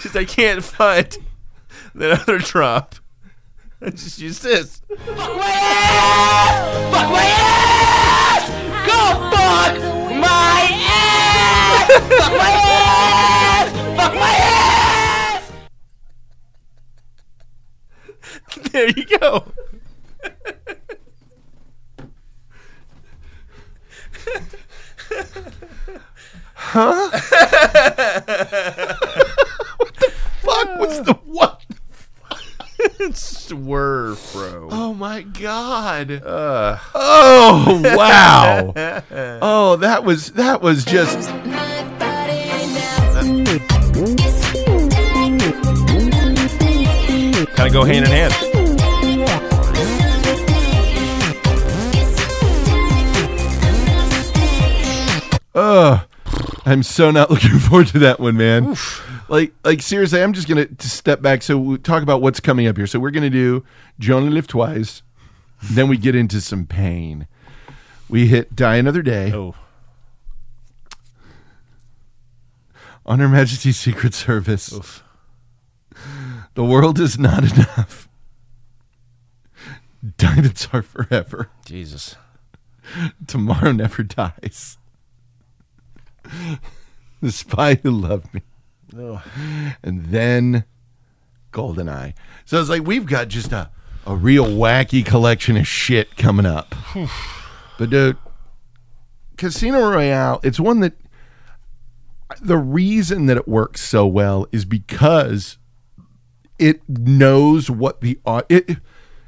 Speaker 4: Just I can't find that other drop. I just use this. There you go.
Speaker 1: fuck. What's the what?
Speaker 4: Swerve, bro.
Speaker 1: Oh my god. Uh. Oh wow. oh, that was that was just.
Speaker 4: Kind of go hand in hand.
Speaker 1: Ugh. I'm so not [laughs] looking forward to that one, man. Like, like seriously, I'm just gonna to step back. So we talk about what's coming up here. So we're gonna do Jonah Live Twice. then we get into some pain. We hit Die Another Day.
Speaker 4: Oh.
Speaker 1: On Her Majesty's Secret Service. The world is not [laughs] enough. Diamonds are forever.
Speaker 4: Jesus.
Speaker 1: [laughs] Tomorrow never dies. [laughs] The spy who loved me. And then Goldeneye. So it's like we've got just a, a real wacky collection of shit coming up. but dude, Casino Royale, it's one that the reason that it works so well is because it knows what the au- it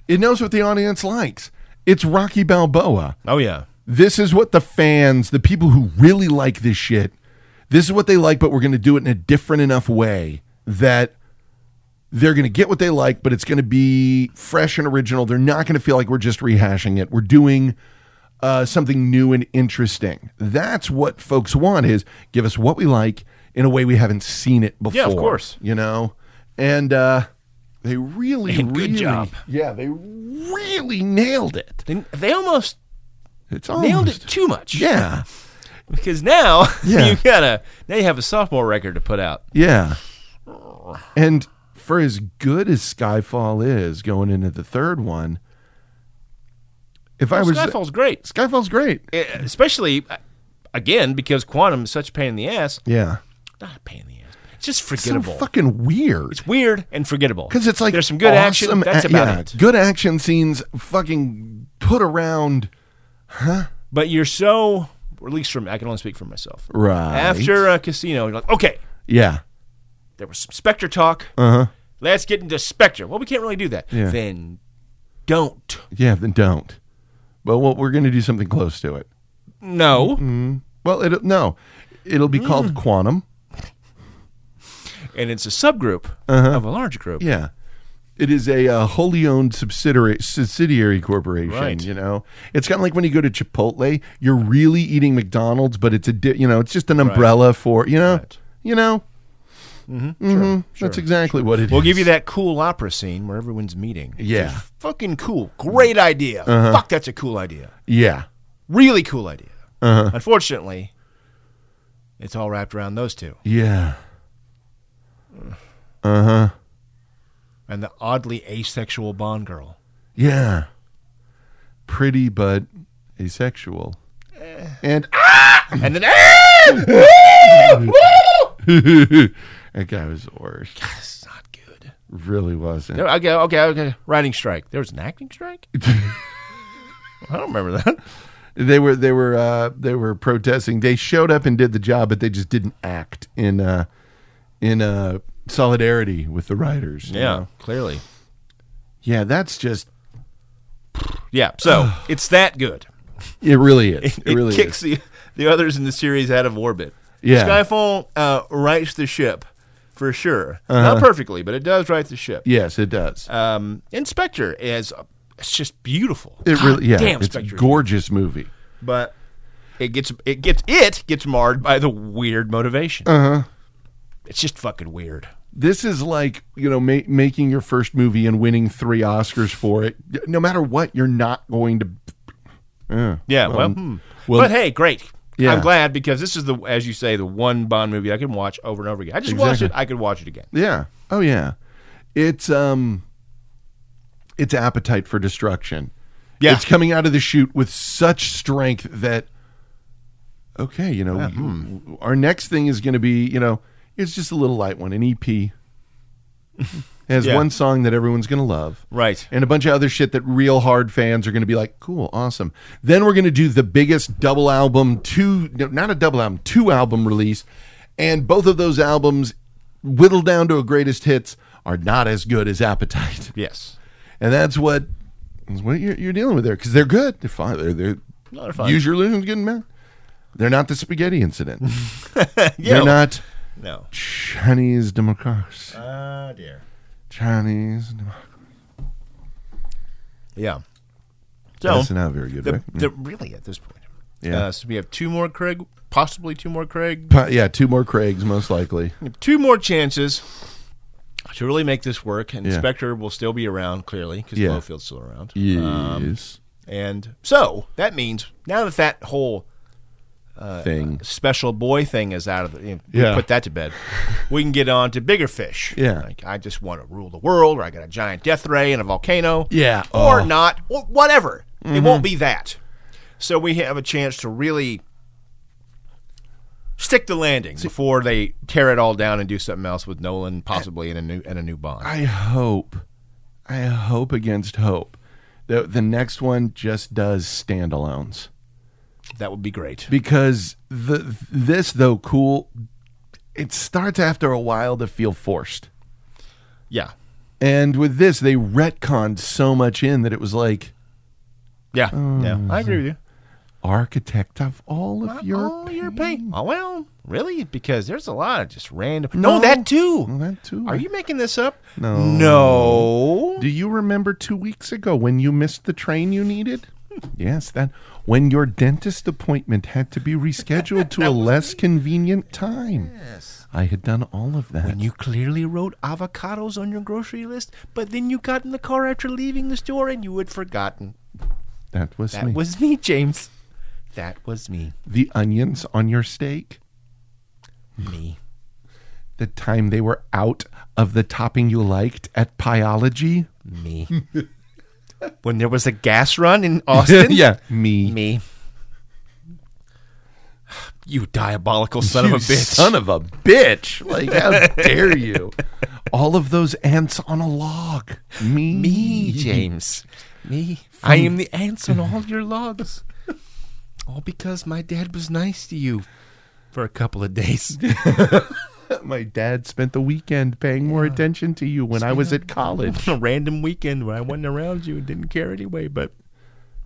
Speaker 1: it knows what the audience likes. It's Rocky Balboa
Speaker 4: Oh yeah.
Speaker 1: this is what the fans, the people who really like this shit, this is what they like, but we're going to do it in a different enough way that they're going to get what they like, but it's going to be fresh and original. They're not going to feel like we're just rehashing it. We're doing uh, something new and interesting. That's what folks want is give us what we like in a way we haven't seen it before.
Speaker 4: Yeah, of course.
Speaker 1: You know? And uh, they really,
Speaker 4: And [laughs] good
Speaker 1: really,
Speaker 4: job.
Speaker 1: yeah, they really nailed it.
Speaker 4: They, they almost
Speaker 1: It's
Speaker 4: nailed it
Speaker 1: almost-
Speaker 4: too much.
Speaker 1: Yeah.
Speaker 4: Because now [laughs]
Speaker 1: Yeah.
Speaker 4: you gotta now you have a sophomore record to put out.
Speaker 1: Yeah. And for as good as Skyfall is going into the third one, if I was
Speaker 4: Skyfall's great,
Speaker 1: Skyfall's great.
Speaker 4: Eh, especially uh, again because Quantum is such a pain in the ass.
Speaker 1: Yeah.
Speaker 4: Not a pain in the ass. It's just
Speaker 1: So
Speaker 4: forgettable.
Speaker 1: fucking weird.
Speaker 4: Weird and forgettable.
Speaker 1: Because it's like
Speaker 4: there's some good action.
Speaker 1: awesome
Speaker 4: That's
Speaker 1: a-
Speaker 4: about
Speaker 1: yeah,
Speaker 4: it.
Speaker 1: Good action scenes fucking put around
Speaker 4: But you're so or at least from I can only speak for myself.
Speaker 1: Right.
Speaker 4: After uh, Casino, you're like, okay,
Speaker 1: Yeah.
Speaker 4: there was some Spectre talk.
Speaker 1: Uh-huh.
Speaker 4: Let's get into Spectre. Well, we can't really do that.
Speaker 1: Yeah.
Speaker 4: Then don't.
Speaker 1: Yeah, then don't. But what we're gonna do something close to it.
Speaker 4: No.
Speaker 1: Mm-hmm. Well it'll no. It'll be
Speaker 4: Hmm.
Speaker 1: called Quantum.
Speaker 4: And it's a subgroup
Speaker 1: Uh-huh.
Speaker 4: of a large group.
Speaker 1: Yeah. It is a uh, wholly owned subsidiary subsidiary corporation.
Speaker 4: Right.
Speaker 1: You know, it's kind of like when you go to Chipotle, you're really eating McDonald's, but it's a di- you know, it's just an umbrella for you know,
Speaker 4: Right. Mm-hmm.
Speaker 1: you know. Mhm. That's exactly what it is.
Speaker 4: We'll give you that cool opera scene where everyone's meeting.
Speaker 1: Yeah. Uh-huh.
Speaker 4: Just fucking cool. Great idea. Fuck, that's a cool idea.
Speaker 1: Yeah.
Speaker 4: Really cool idea.
Speaker 1: Uh-huh.
Speaker 4: Unfortunately, it's all wrapped around those two.
Speaker 1: Yeah.
Speaker 4: And the oddly asexual
Speaker 1: [laughs]
Speaker 4: Bond girl.
Speaker 1: Yeah. Pretty but asexual.
Speaker 4: Eh.
Speaker 1: And [laughs]
Speaker 4: And then, ah!
Speaker 1: that guy was the worst.
Speaker 4: It's not good.
Speaker 1: Really wasn't.
Speaker 4: There- Okay, okay, okay. Writing strike. There was an acting strike?
Speaker 1: [laughs]
Speaker 4: I don't remember that.
Speaker 1: They were they were uh, they were protesting. They showed up and did the job, but they just didn't act in uh, in uh, solidarity with the writers. you know?
Speaker 4: clearly.
Speaker 1: yeah, that's just
Speaker 4: Yeah,
Speaker 1: [sighs]
Speaker 4: so it's that good.
Speaker 1: it. Really is. It,
Speaker 4: it
Speaker 1: really
Speaker 4: kicks
Speaker 1: is.
Speaker 4: the the others in the series out of orbit.
Speaker 1: Yeah.
Speaker 4: Skyfall uh, rights the ship for sure,
Speaker 1: Uh-huh.
Speaker 4: not perfectly, but it does right the ship.
Speaker 1: Yes, it does.
Speaker 4: Um, Inspector is it's just beautiful.
Speaker 1: it
Speaker 4: God
Speaker 1: really yeah.
Speaker 4: damn,
Speaker 1: it's a
Speaker 4: Spectre.
Speaker 1: gorgeous movie.
Speaker 4: but it gets it gets it gets marred by the weird motivation.
Speaker 1: Uh-huh.
Speaker 4: It's just fucking weird.
Speaker 1: This is like you know ma- making your first movie and winning three Oscars for it. No matter what, you're not going to. Yeah.
Speaker 4: Yeah, well,
Speaker 1: Um,
Speaker 4: hmm.
Speaker 1: well-
Speaker 4: but hey, great.
Speaker 1: Yeah.
Speaker 4: I'm glad because this is the, as you say, the one Bond movie I can watch over and over again. I just watched it.
Speaker 1: Exactly.
Speaker 4: I could watch it again.
Speaker 1: Yeah. Oh yeah. It's um it's appetite for destruction.
Speaker 4: Yeah.
Speaker 1: It's coming out of the chute with such strength that okay, you know, hmm, our next thing is going to be, you know, it's just a little light one, an EP. [laughs] It has
Speaker 4: Yeah.
Speaker 1: one song that everyone's going to love.
Speaker 4: Right.
Speaker 1: And a bunch of other shit that real hard fans are going to be like, cool, awesome. Then we're going to do the biggest double album, two, no, not a double album, two album release. And both of those albums, whittled down to a greatest hits, are not as good as Appetite. [laughs]
Speaker 4: Yes.
Speaker 1: And that's what, that's what you're, you're dealing with there because they're good. They're fine. They're, they're,
Speaker 4: No, they're fine.
Speaker 1: Use your illusions, good and bad. They're not the spaghetti incident.
Speaker 4: [laughs] Yeah.
Speaker 1: They're not
Speaker 4: No.
Speaker 1: Chinese democracy.
Speaker 4: Ah, dear.
Speaker 1: Chinese democracy.
Speaker 4: Yeah. So
Speaker 1: That's not very good,
Speaker 4: the,
Speaker 1: right? Mm.
Speaker 4: the, really at this point.
Speaker 1: Yeah.
Speaker 4: Uh, so we have two more Craig, possibly two more Craig,
Speaker 1: Po- yeah, two more Craigs, most likely.
Speaker 4: two more chances to really make this work. And
Speaker 1: Yeah.
Speaker 4: Spectre will still be around clearly because
Speaker 1: Yeah.
Speaker 4: Blowfield's still around. Uh,
Speaker 1: Yes.
Speaker 4: And so that means now that that whole
Speaker 1: thing.
Speaker 4: special boy thing is out of the, you know, we
Speaker 8: Yeah.
Speaker 4: put that to bed. We can get on to bigger fish.
Speaker 8: Yeah.
Speaker 4: Like, I just want to rule the world, or I got a giant death ray and a volcano.
Speaker 1: Yeah.
Speaker 4: Or not, or whatever. It won't be that. So we have a chance to really stick the landing before they tear it all down and do something else with Nolan, possibly in a new and a new Bond.
Speaker 1: I hope, I hope against hope, that the next one just does standalones
Speaker 4: that would be great.
Speaker 1: because the this though cool, it starts after a while to feel forced.
Speaker 4: Yeah.
Speaker 1: And with this, they retconned so much in that it was like
Speaker 4: Yeah. yeah. I agree with you.
Speaker 1: architect of all of your
Speaker 4: oh, your pain. Oh, well, really? Because there's a lot of just random. No, that too.
Speaker 1: that too.
Speaker 4: Are you making this up?
Speaker 1: No.
Speaker 4: No.
Speaker 1: Do you remember two weeks ago when you missed the train you needed? yes, that when your dentist appointment had to be rescheduled
Speaker 4: [laughs]
Speaker 1: to a less convenient time. Yes. I had done all of that.
Speaker 4: You clearly wrote avocados on your grocery list, but then you got in the car after leaving the store and you had forgotten.
Speaker 1: that was
Speaker 4: That
Speaker 1: me.
Speaker 4: was me, James. That was me.
Speaker 1: the onions on your steak.
Speaker 4: Me.
Speaker 1: The time they were out of the topping you liked at
Speaker 4: [laughs]
Speaker 1: Pyology. [laughs]
Speaker 4: Me. when there was a gas run in
Speaker 1: [laughs]
Speaker 4: Austin?
Speaker 1: me.
Speaker 4: Me. You diabolical son
Speaker 1: You
Speaker 4: of a bitch.
Speaker 1: Son of a bitch. Like,
Speaker 4: [laughs]
Speaker 1: how dare you? All of those ants on a log. Me.
Speaker 4: Me, James. Me. I am the ants on all your logs. [laughs] All because my dad was nice to you for a couple of [laughs] days.
Speaker 1: My dad spent the weekend paying more attention to you when I was at college.
Speaker 4: [laughs] a random weekend where I wasn't around you and didn't care anyway, but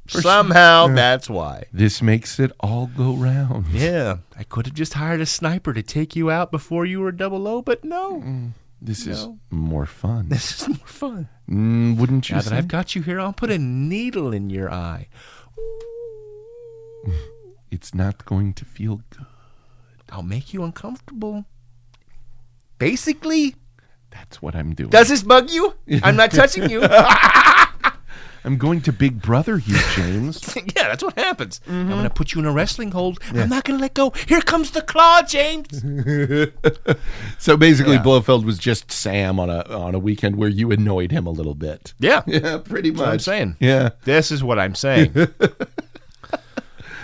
Speaker 4: somehow that's why.
Speaker 1: This makes it all go round.
Speaker 4: Yeah. I could have just hired a sniper to take you out before you were double O, but no.
Speaker 1: This is more fun.
Speaker 4: [laughs] This is more fun.
Speaker 1: Mm, wouldn't you
Speaker 4: Now that
Speaker 1: say?
Speaker 4: I've got you here, I'll put a needle in your eye.
Speaker 1: It's not going to feel good.
Speaker 4: I'll make you uncomfortable. Basically,
Speaker 1: That's what I'm doing.
Speaker 4: does this bug you? I'm not touching [laughs] you.
Speaker 1: I'm going to Big Brother [laughs] you, James.
Speaker 4: [laughs] yeah, that's what happens.
Speaker 1: Mm-hmm.
Speaker 4: I'm going to put you in a wrestling hold. I'm not going to let go. Here comes the claw, James.
Speaker 1: Mm-hmm. so basically, Blofeld was just Sam on a on a weekend where you annoyed him a little bit.
Speaker 4: yeah.
Speaker 1: [laughs]
Speaker 4: That's
Speaker 1: Yeah, pretty much.
Speaker 4: what I'm saying.
Speaker 1: Yeah.
Speaker 4: This is what
Speaker 1: [laughs]
Speaker 4: I'm saying.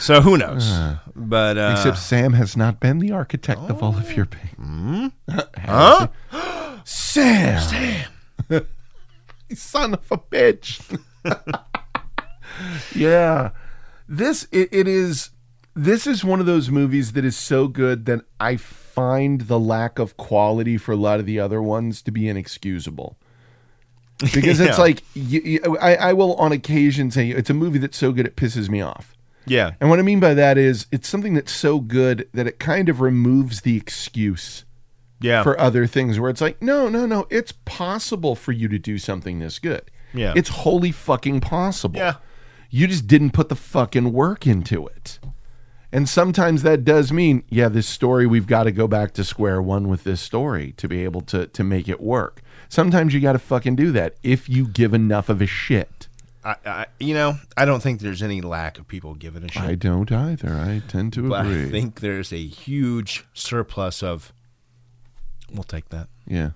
Speaker 4: so who knows? but uh,
Speaker 1: Except Sam has not been the architect of all of your pain.
Speaker 4: huh?
Speaker 1: Sam. Sam. [laughs] Son of a bitch. [laughs] yeah. This it, it is this is one of those movies that is so good that I find the lack of quality for a lot of the other ones to be inexcusable. Because it's [laughs]
Speaker 4: Yeah.
Speaker 1: like you, you, I, I will on occasion say it's a movie that's so good it pisses me off.
Speaker 4: Yeah.
Speaker 1: And what I mean by that is it's something that's so good that it kind of removes the excuse
Speaker 4: Yeah.
Speaker 1: for other things where it's like, no, no, no, it's possible for you to do something this good.
Speaker 4: Yeah.
Speaker 1: It's wholly fucking possible.
Speaker 4: Yeah.
Speaker 1: You just didn't put the fucking work into it. And sometimes that does mean, yeah, this story, we've got to go back to square one with this story to be able to to make it work. Sometimes you got to fucking do that if you give enough of a shit.
Speaker 4: I, I, you know, I don't think there's any lack of people giving a shit.
Speaker 1: I don't either. I tend to
Speaker 4: but
Speaker 1: agree.
Speaker 4: I think there's a huge surplus of. We'll take that.
Speaker 1: yeah.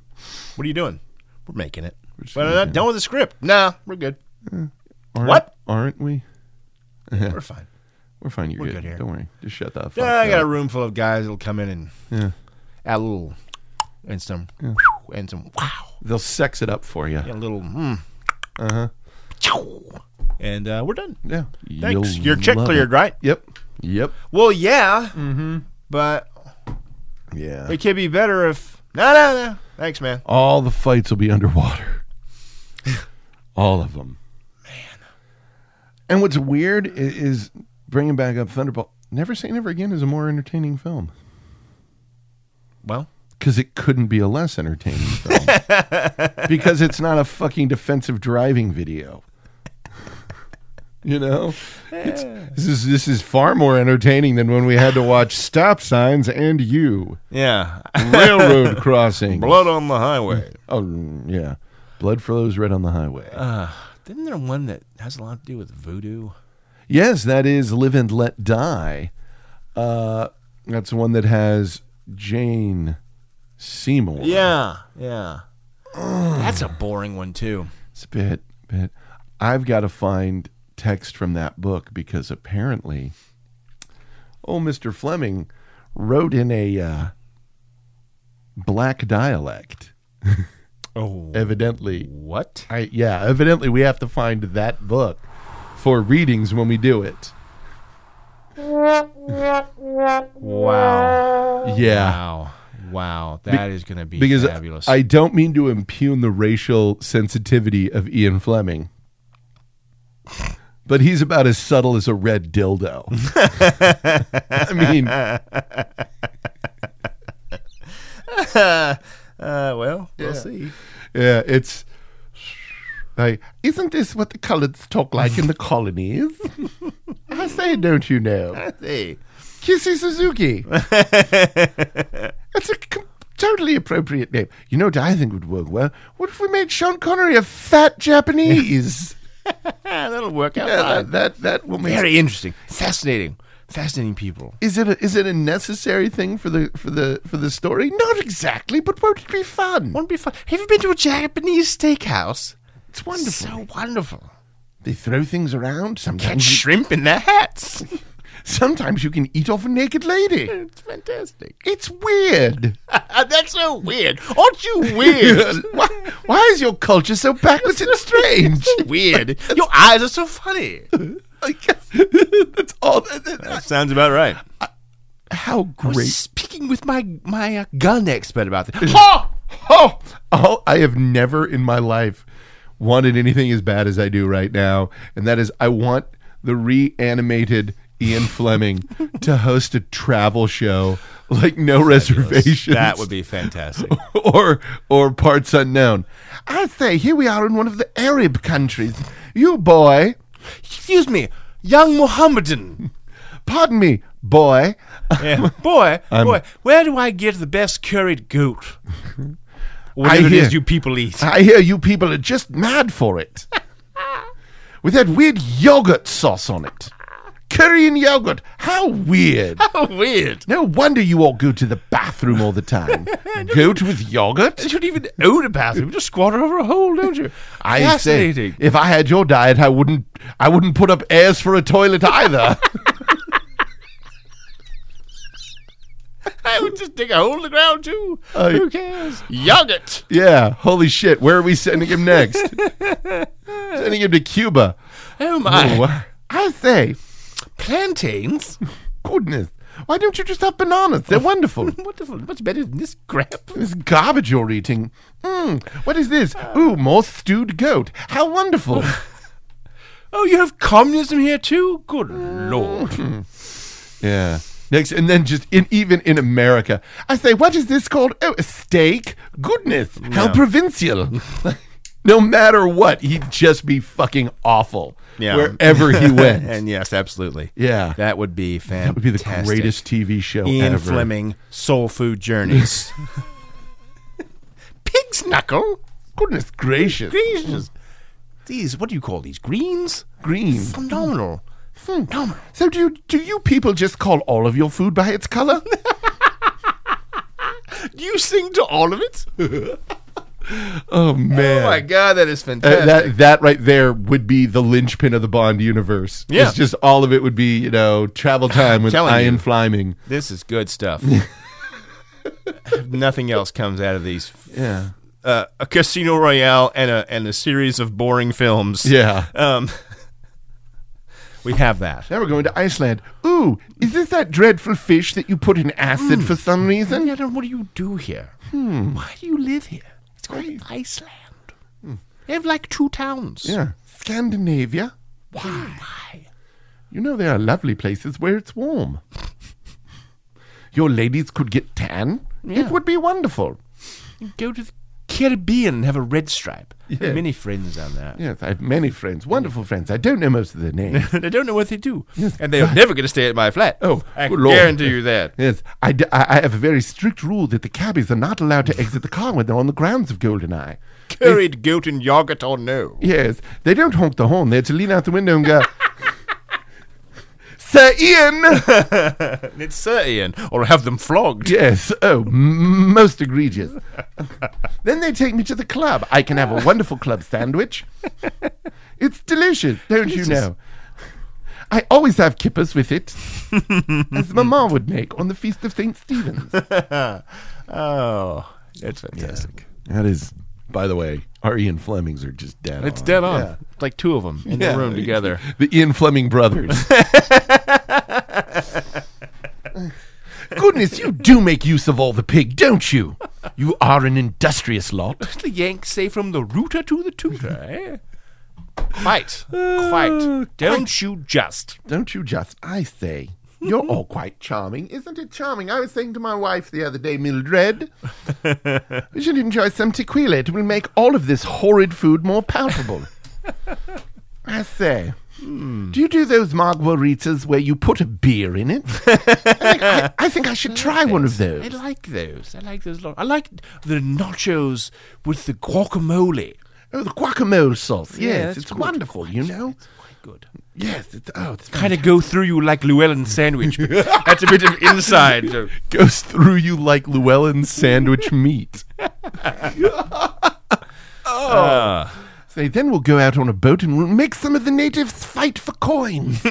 Speaker 4: What are you doing? We're making it.
Speaker 1: just
Speaker 4: But I'm
Speaker 1: making
Speaker 4: not
Speaker 1: it.
Speaker 4: done with the script. Nah, we're good.
Speaker 1: Aren't,
Speaker 4: What?
Speaker 1: Aren't we?
Speaker 4: We're fine.
Speaker 1: We're fine. You're
Speaker 4: We're
Speaker 1: good.
Speaker 4: good here.
Speaker 1: Don't worry. Just shut the fuck
Speaker 4: Yeah, I got a
Speaker 1: up.
Speaker 4: room full of guys that'll come in and
Speaker 1: Yeah.
Speaker 4: add a little and some and some wow
Speaker 1: They'll sex it up for you.
Speaker 4: and a little mm, uh-huh. and uh, we're done.
Speaker 1: Yeah.
Speaker 4: Thanks.
Speaker 1: You'll
Speaker 4: Your check
Speaker 1: love
Speaker 4: cleared,
Speaker 1: it.
Speaker 4: right?
Speaker 1: Yep. Yep.
Speaker 4: Well, yeah. Mm-hmm. But
Speaker 1: Yeah.
Speaker 4: it could be better if no, no, no. Thanks, man.
Speaker 1: All the fights will be
Speaker 4: [laughs]
Speaker 1: underwater. All of them. Man. And what's weird i- is bringing back up Thunderbolt. Never Say Never Again is a more entertaining film
Speaker 4: Well,
Speaker 1: because it couldn't be a less entertaining
Speaker 4: [laughs]
Speaker 1: film because it's not a fucking defensive driving video. You know, It's- this is this is far more entertaining than when we had to watch stop signs and you [laughs]
Speaker 4: yeah. [laughs]
Speaker 1: railroad crossing.
Speaker 4: Blood on the highway.
Speaker 1: [laughs] Oh mm, yeah, blood flows red on the highway.
Speaker 4: Uh. Isn't there one that has a lot to do with voodoo?
Speaker 1: yes, that is live and let die. Uh, that's the one that has Jane Seymour.
Speaker 4: Yeah, yeah.
Speaker 1: Mm.
Speaker 4: That's a boring one too.
Speaker 1: It's a bit, bit. I've got to find text from that book because apparently, oh, Mr. Fleming wrote in a uh, black dialect.
Speaker 4: Oh,
Speaker 1: Evidently,
Speaker 4: what?
Speaker 1: I yeah. Evidently, we have to find that book for readings when we do it.
Speaker 4: Wow,
Speaker 1: Yeah.
Speaker 4: wow, wow. That is going to be
Speaker 1: because
Speaker 4: fabulous.
Speaker 1: I don't mean to impugn the racial sensitivity of Ian Fleming, but he's about as subtle as a red dildo. [laughs] I mean,
Speaker 4: uh, well, we'll see.
Speaker 1: yeah, it's like, isn't this what the coloreds talk like
Speaker 4: [laughs]
Speaker 1: in the colonies? I say, don't you know?
Speaker 4: Hey,
Speaker 1: Kissy
Speaker 4: [laughs]
Speaker 1: Suzuki. That's a com- totally appropriate name. You know what I think would work well? What if we made Sean Connery a fat
Speaker 4: [laughs]
Speaker 1: Japanese?
Speaker 4: that'll work out.
Speaker 1: Yeah, that,
Speaker 4: fine.
Speaker 1: that that will make
Speaker 4: Very interesting, fascinating, fascinating people.
Speaker 1: is it a, is it a necessary thing for the for the for the story? Not exactly, but won't it be fun?
Speaker 4: Wouldn't it be fun? Have you been to a Japanese steakhouse?
Speaker 1: It's wonderful.
Speaker 4: So wonderful.
Speaker 1: they throw things around.
Speaker 4: And
Speaker 1: Sometimes you,
Speaker 4: shrimp in their hats. [laughs]
Speaker 1: sometimes you can eat off a naked lady.
Speaker 4: it's fantastic.
Speaker 1: It's weird. [laughs]
Speaker 4: That's so weird. Aren't you weird?
Speaker 1: why, why is your culture so backwards and
Speaker 4: [laughs]
Speaker 1: strange? [laughs]
Speaker 4: weird. Your eyes are so funny.
Speaker 1: Like, that's all. That, that-
Speaker 4: Sounds about right.
Speaker 1: how
Speaker 4: I was
Speaker 1: great!
Speaker 4: speaking with my my uh, gun expert about this. Ha!
Speaker 1: Oh, oh, I have never in my life wanted anything as bad as I do right now, and that is I want the reanimated Ian Fleming
Speaker 4: [laughs]
Speaker 1: to host a travel show like No Reservations.
Speaker 4: That would be fantastic.
Speaker 1: [laughs] or or parts unknown. I say here we are in one of the Arab countries. You boy,
Speaker 4: Excuse me, young Mohammedan.
Speaker 1: pardon me, boy.
Speaker 4: Yeah. [laughs] boy, boy, where do I get the best curried [laughs] goat? Whatever
Speaker 1: I
Speaker 4: it
Speaker 1: hear-
Speaker 4: is you people eat.
Speaker 1: I hear you people are just mad for it. [laughs] With that weird yogurt sauce on it. Curry and yogurt. How weird.
Speaker 4: [laughs] How weird.
Speaker 1: No wonder you all go to the bathroom all the
Speaker 4: [laughs]
Speaker 1: time. Goat with yogurt?
Speaker 4: [laughs] You don't even own a bathroom. You just squat over a hole, don't [laughs] you?
Speaker 1: I say,
Speaker 4: Fascinating. [laughs]
Speaker 1: if I had your diet, I wouldn't. I wouldn't put up airs for a toilet
Speaker 4: [laughs]
Speaker 1: either.
Speaker 4: I would just dig a hole in the ground, too. Who cares? Yogurt.
Speaker 1: yeah, holy shit. Where are we sending him next?
Speaker 4: [laughs]
Speaker 1: sending him to Cuba.
Speaker 4: Oh, my.
Speaker 1: Oh, I say,
Speaker 4: Plantains? [laughs]
Speaker 1: goodness. Why don't you just have bananas? They're wonderful.
Speaker 4: Wonderful. Much better than this crap.
Speaker 1: This garbage you're eating. Mm, what is this? Ooh, more stewed goat. How
Speaker 4: [laughs]
Speaker 1: wonderful.
Speaker 4: Oh, you have communism here, too? Good lord.
Speaker 1: yeah. Next, and then just in, even in America, I say, what is this called? Oh, a steak? Goodness, how
Speaker 4: [laughs]
Speaker 1: provincial. no matter what, he'd just be fucking awful
Speaker 4: [laughs] Yeah.
Speaker 1: wherever he went.
Speaker 4: [laughs] And yes, absolutely.
Speaker 1: yeah. That
Speaker 4: That would be fantastic. That
Speaker 1: would be the greatest TV show
Speaker 4: Ian
Speaker 1: ever.
Speaker 4: Fleming Soul Food Journeys. [laughs] Pig's knuckle?
Speaker 1: Goodness gracious.
Speaker 4: Gracious. These, what do you call these? Greens?
Speaker 1: Green.
Speaker 4: Phenomenal.
Speaker 1: Hmm.
Speaker 4: Phenomenal.
Speaker 1: So do you, do you people just call all of your food by its [laughs] color?
Speaker 4: Do you sing to all of it?
Speaker 1: [laughs] oh man.
Speaker 4: Oh my god, that is fantastic.
Speaker 1: Uh, that that right there would be the linchpin of the Bond universe.
Speaker 4: Yeah.
Speaker 1: it's just all of it would be you know [laughs] travel time with
Speaker 4: Telling
Speaker 1: Ian
Speaker 4: you.
Speaker 1: Fleming.
Speaker 4: this is good [laughs] stuff. Nothing else comes out of these.
Speaker 1: Yeah,
Speaker 4: Uh, a Casino Royale and a and a series of boring films.
Speaker 1: yeah.
Speaker 4: Um, [laughs] we have that.
Speaker 1: Now we're going to Iceland. Ooh, is this that dreadful fish that you put in acid for some reason?
Speaker 4: I don't- what do you do here?
Speaker 1: Hmm.
Speaker 4: Why do you live here? It's called Iceland. They have like two towns.
Speaker 1: Yeah, Scandinavia.
Speaker 4: Why?
Speaker 1: You know there are lovely places where it's warm. Your ladies could get tan.
Speaker 4: Yeah.
Speaker 1: It would be wonderful.
Speaker 4: Go to the Caribbean and have a red stripe. I have Many friends down there. [laughs]
Speaker 1: Yes, I have many friends, wonderful friends. I don't know most of their names.
Speaker 4: they don't know what they do. And they are never going to stay at my flat.
Speaker 1: Oh,
Speaker 4: I
Speaker 1: good Lord.
Speaker 4: guarantee
Speaker 1: [laughs]
Speaker 4: you that.
Speaker 1: Yes, I, d- I- I have a very strict rule that the cabbies are not allowed to exit the car when they're on the grounds of Goldeneye.
Speaker 4: Curried goat and yogurt or no. [laughs]
Speaker 1: Yes, they don't honk the horn. They're to lean out the window and go, Sir Ian.
Speaker 4: It's certain, or have them flogged.
Speaker 1: yes. Oh, m- most egregious. then they take me to the club. I can have a wonderful club sandwich. It's delicious, don't you know? I always have kippers with it, as Mama would make on the feast of Saint Stephen's.
Speaker 4: Oh, that's fantastic.
Speaker 1: That is, by the way, our Ian Flemings are just dead.
Speaker 4: It's dead on. It's like two of them in
Speaker 1: Yeah.
Speaker 4: the
Speaker 1: [laughs]
Speaker 4: room together.
Speaker 1: The Ian Fleming [laughs] brothers. Goodness, you do make use of all the pig, don't you? You are an industrious lot.
Speaker 4: the Yanks say from the rooter to the tutor,
Speaker 1: [laughs]
Speaker 4: eh? Quite,
Speaker 1: Uh,
Speaker 4: quite. Don't you just.
Speaker 1: Don't you just, I say. You're [laughs] all quite charming. Isn't it charming? I was saying to my wife the other day, [laughs] Mildred, we should enjoy some tequila. It will make all of this horrid food more [laughs] palatable. I say, do you do those margaritas where you put a beer in it? I, think [laughs] I, I think I should try one of those.
Speaker 4: I like those. I like those. Lot. I like the nachos with the guacamole.
Speaker 1: Oh, the guacamole sauce.
Speaker 4: Yeah,
Speaker 1: yes,
Speaker 4: that's
Speaker 1: it's
Speaker 4: good.
Speaker 1: wonderful, you know?
Speaker 4: Good.
Speaker 1: Yes, it's, oh, it's
Speaker 4: Kind of go through you like Llewellyn [laughs] sandwich. but That's a bit of inside. joke.
Speaker 1: goes through you like Llewellyn's sandwich meat. Say, Uh. then we'll go out on a boat and we'll make some of the natives fight for coins. they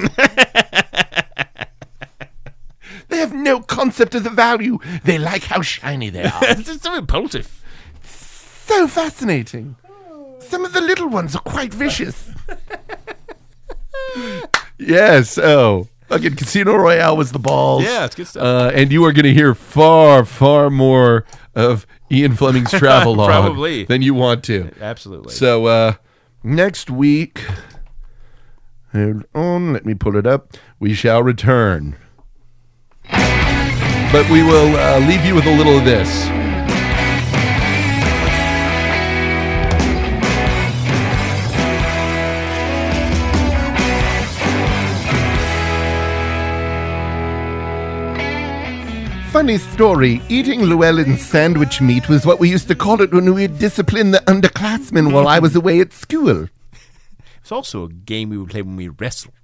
Speaker 1: have no concept of the value. They like how shiny they are.
Speaker 4: It's just so impulsive.
Speaker 1: so fascinating. Some of the little ones are quite vicious. yes. Oh, fucking Casino Royale was the balls.
Speaker 4: Yeah, it's good stuff.
Speaker 1: Uh, and you are going to hear far, far more of Ian
Speaker 4: [laughs]
Speaker 1: Fleming's travel log
Speaker 4: Probably.
Speaker 1: than you want to.
Speaker 4: Absolutely.
Speaker 1: So uh, next week, hold on, let me pull it up. We shall return, but we will uh, leave you with a little of this. Funny story. Eating Llewellyn's sandwich meat was what we used to call it when we would discipline the underclassmen while I was away at school.
Speaker 4: It's also a game we would play when we wrestled.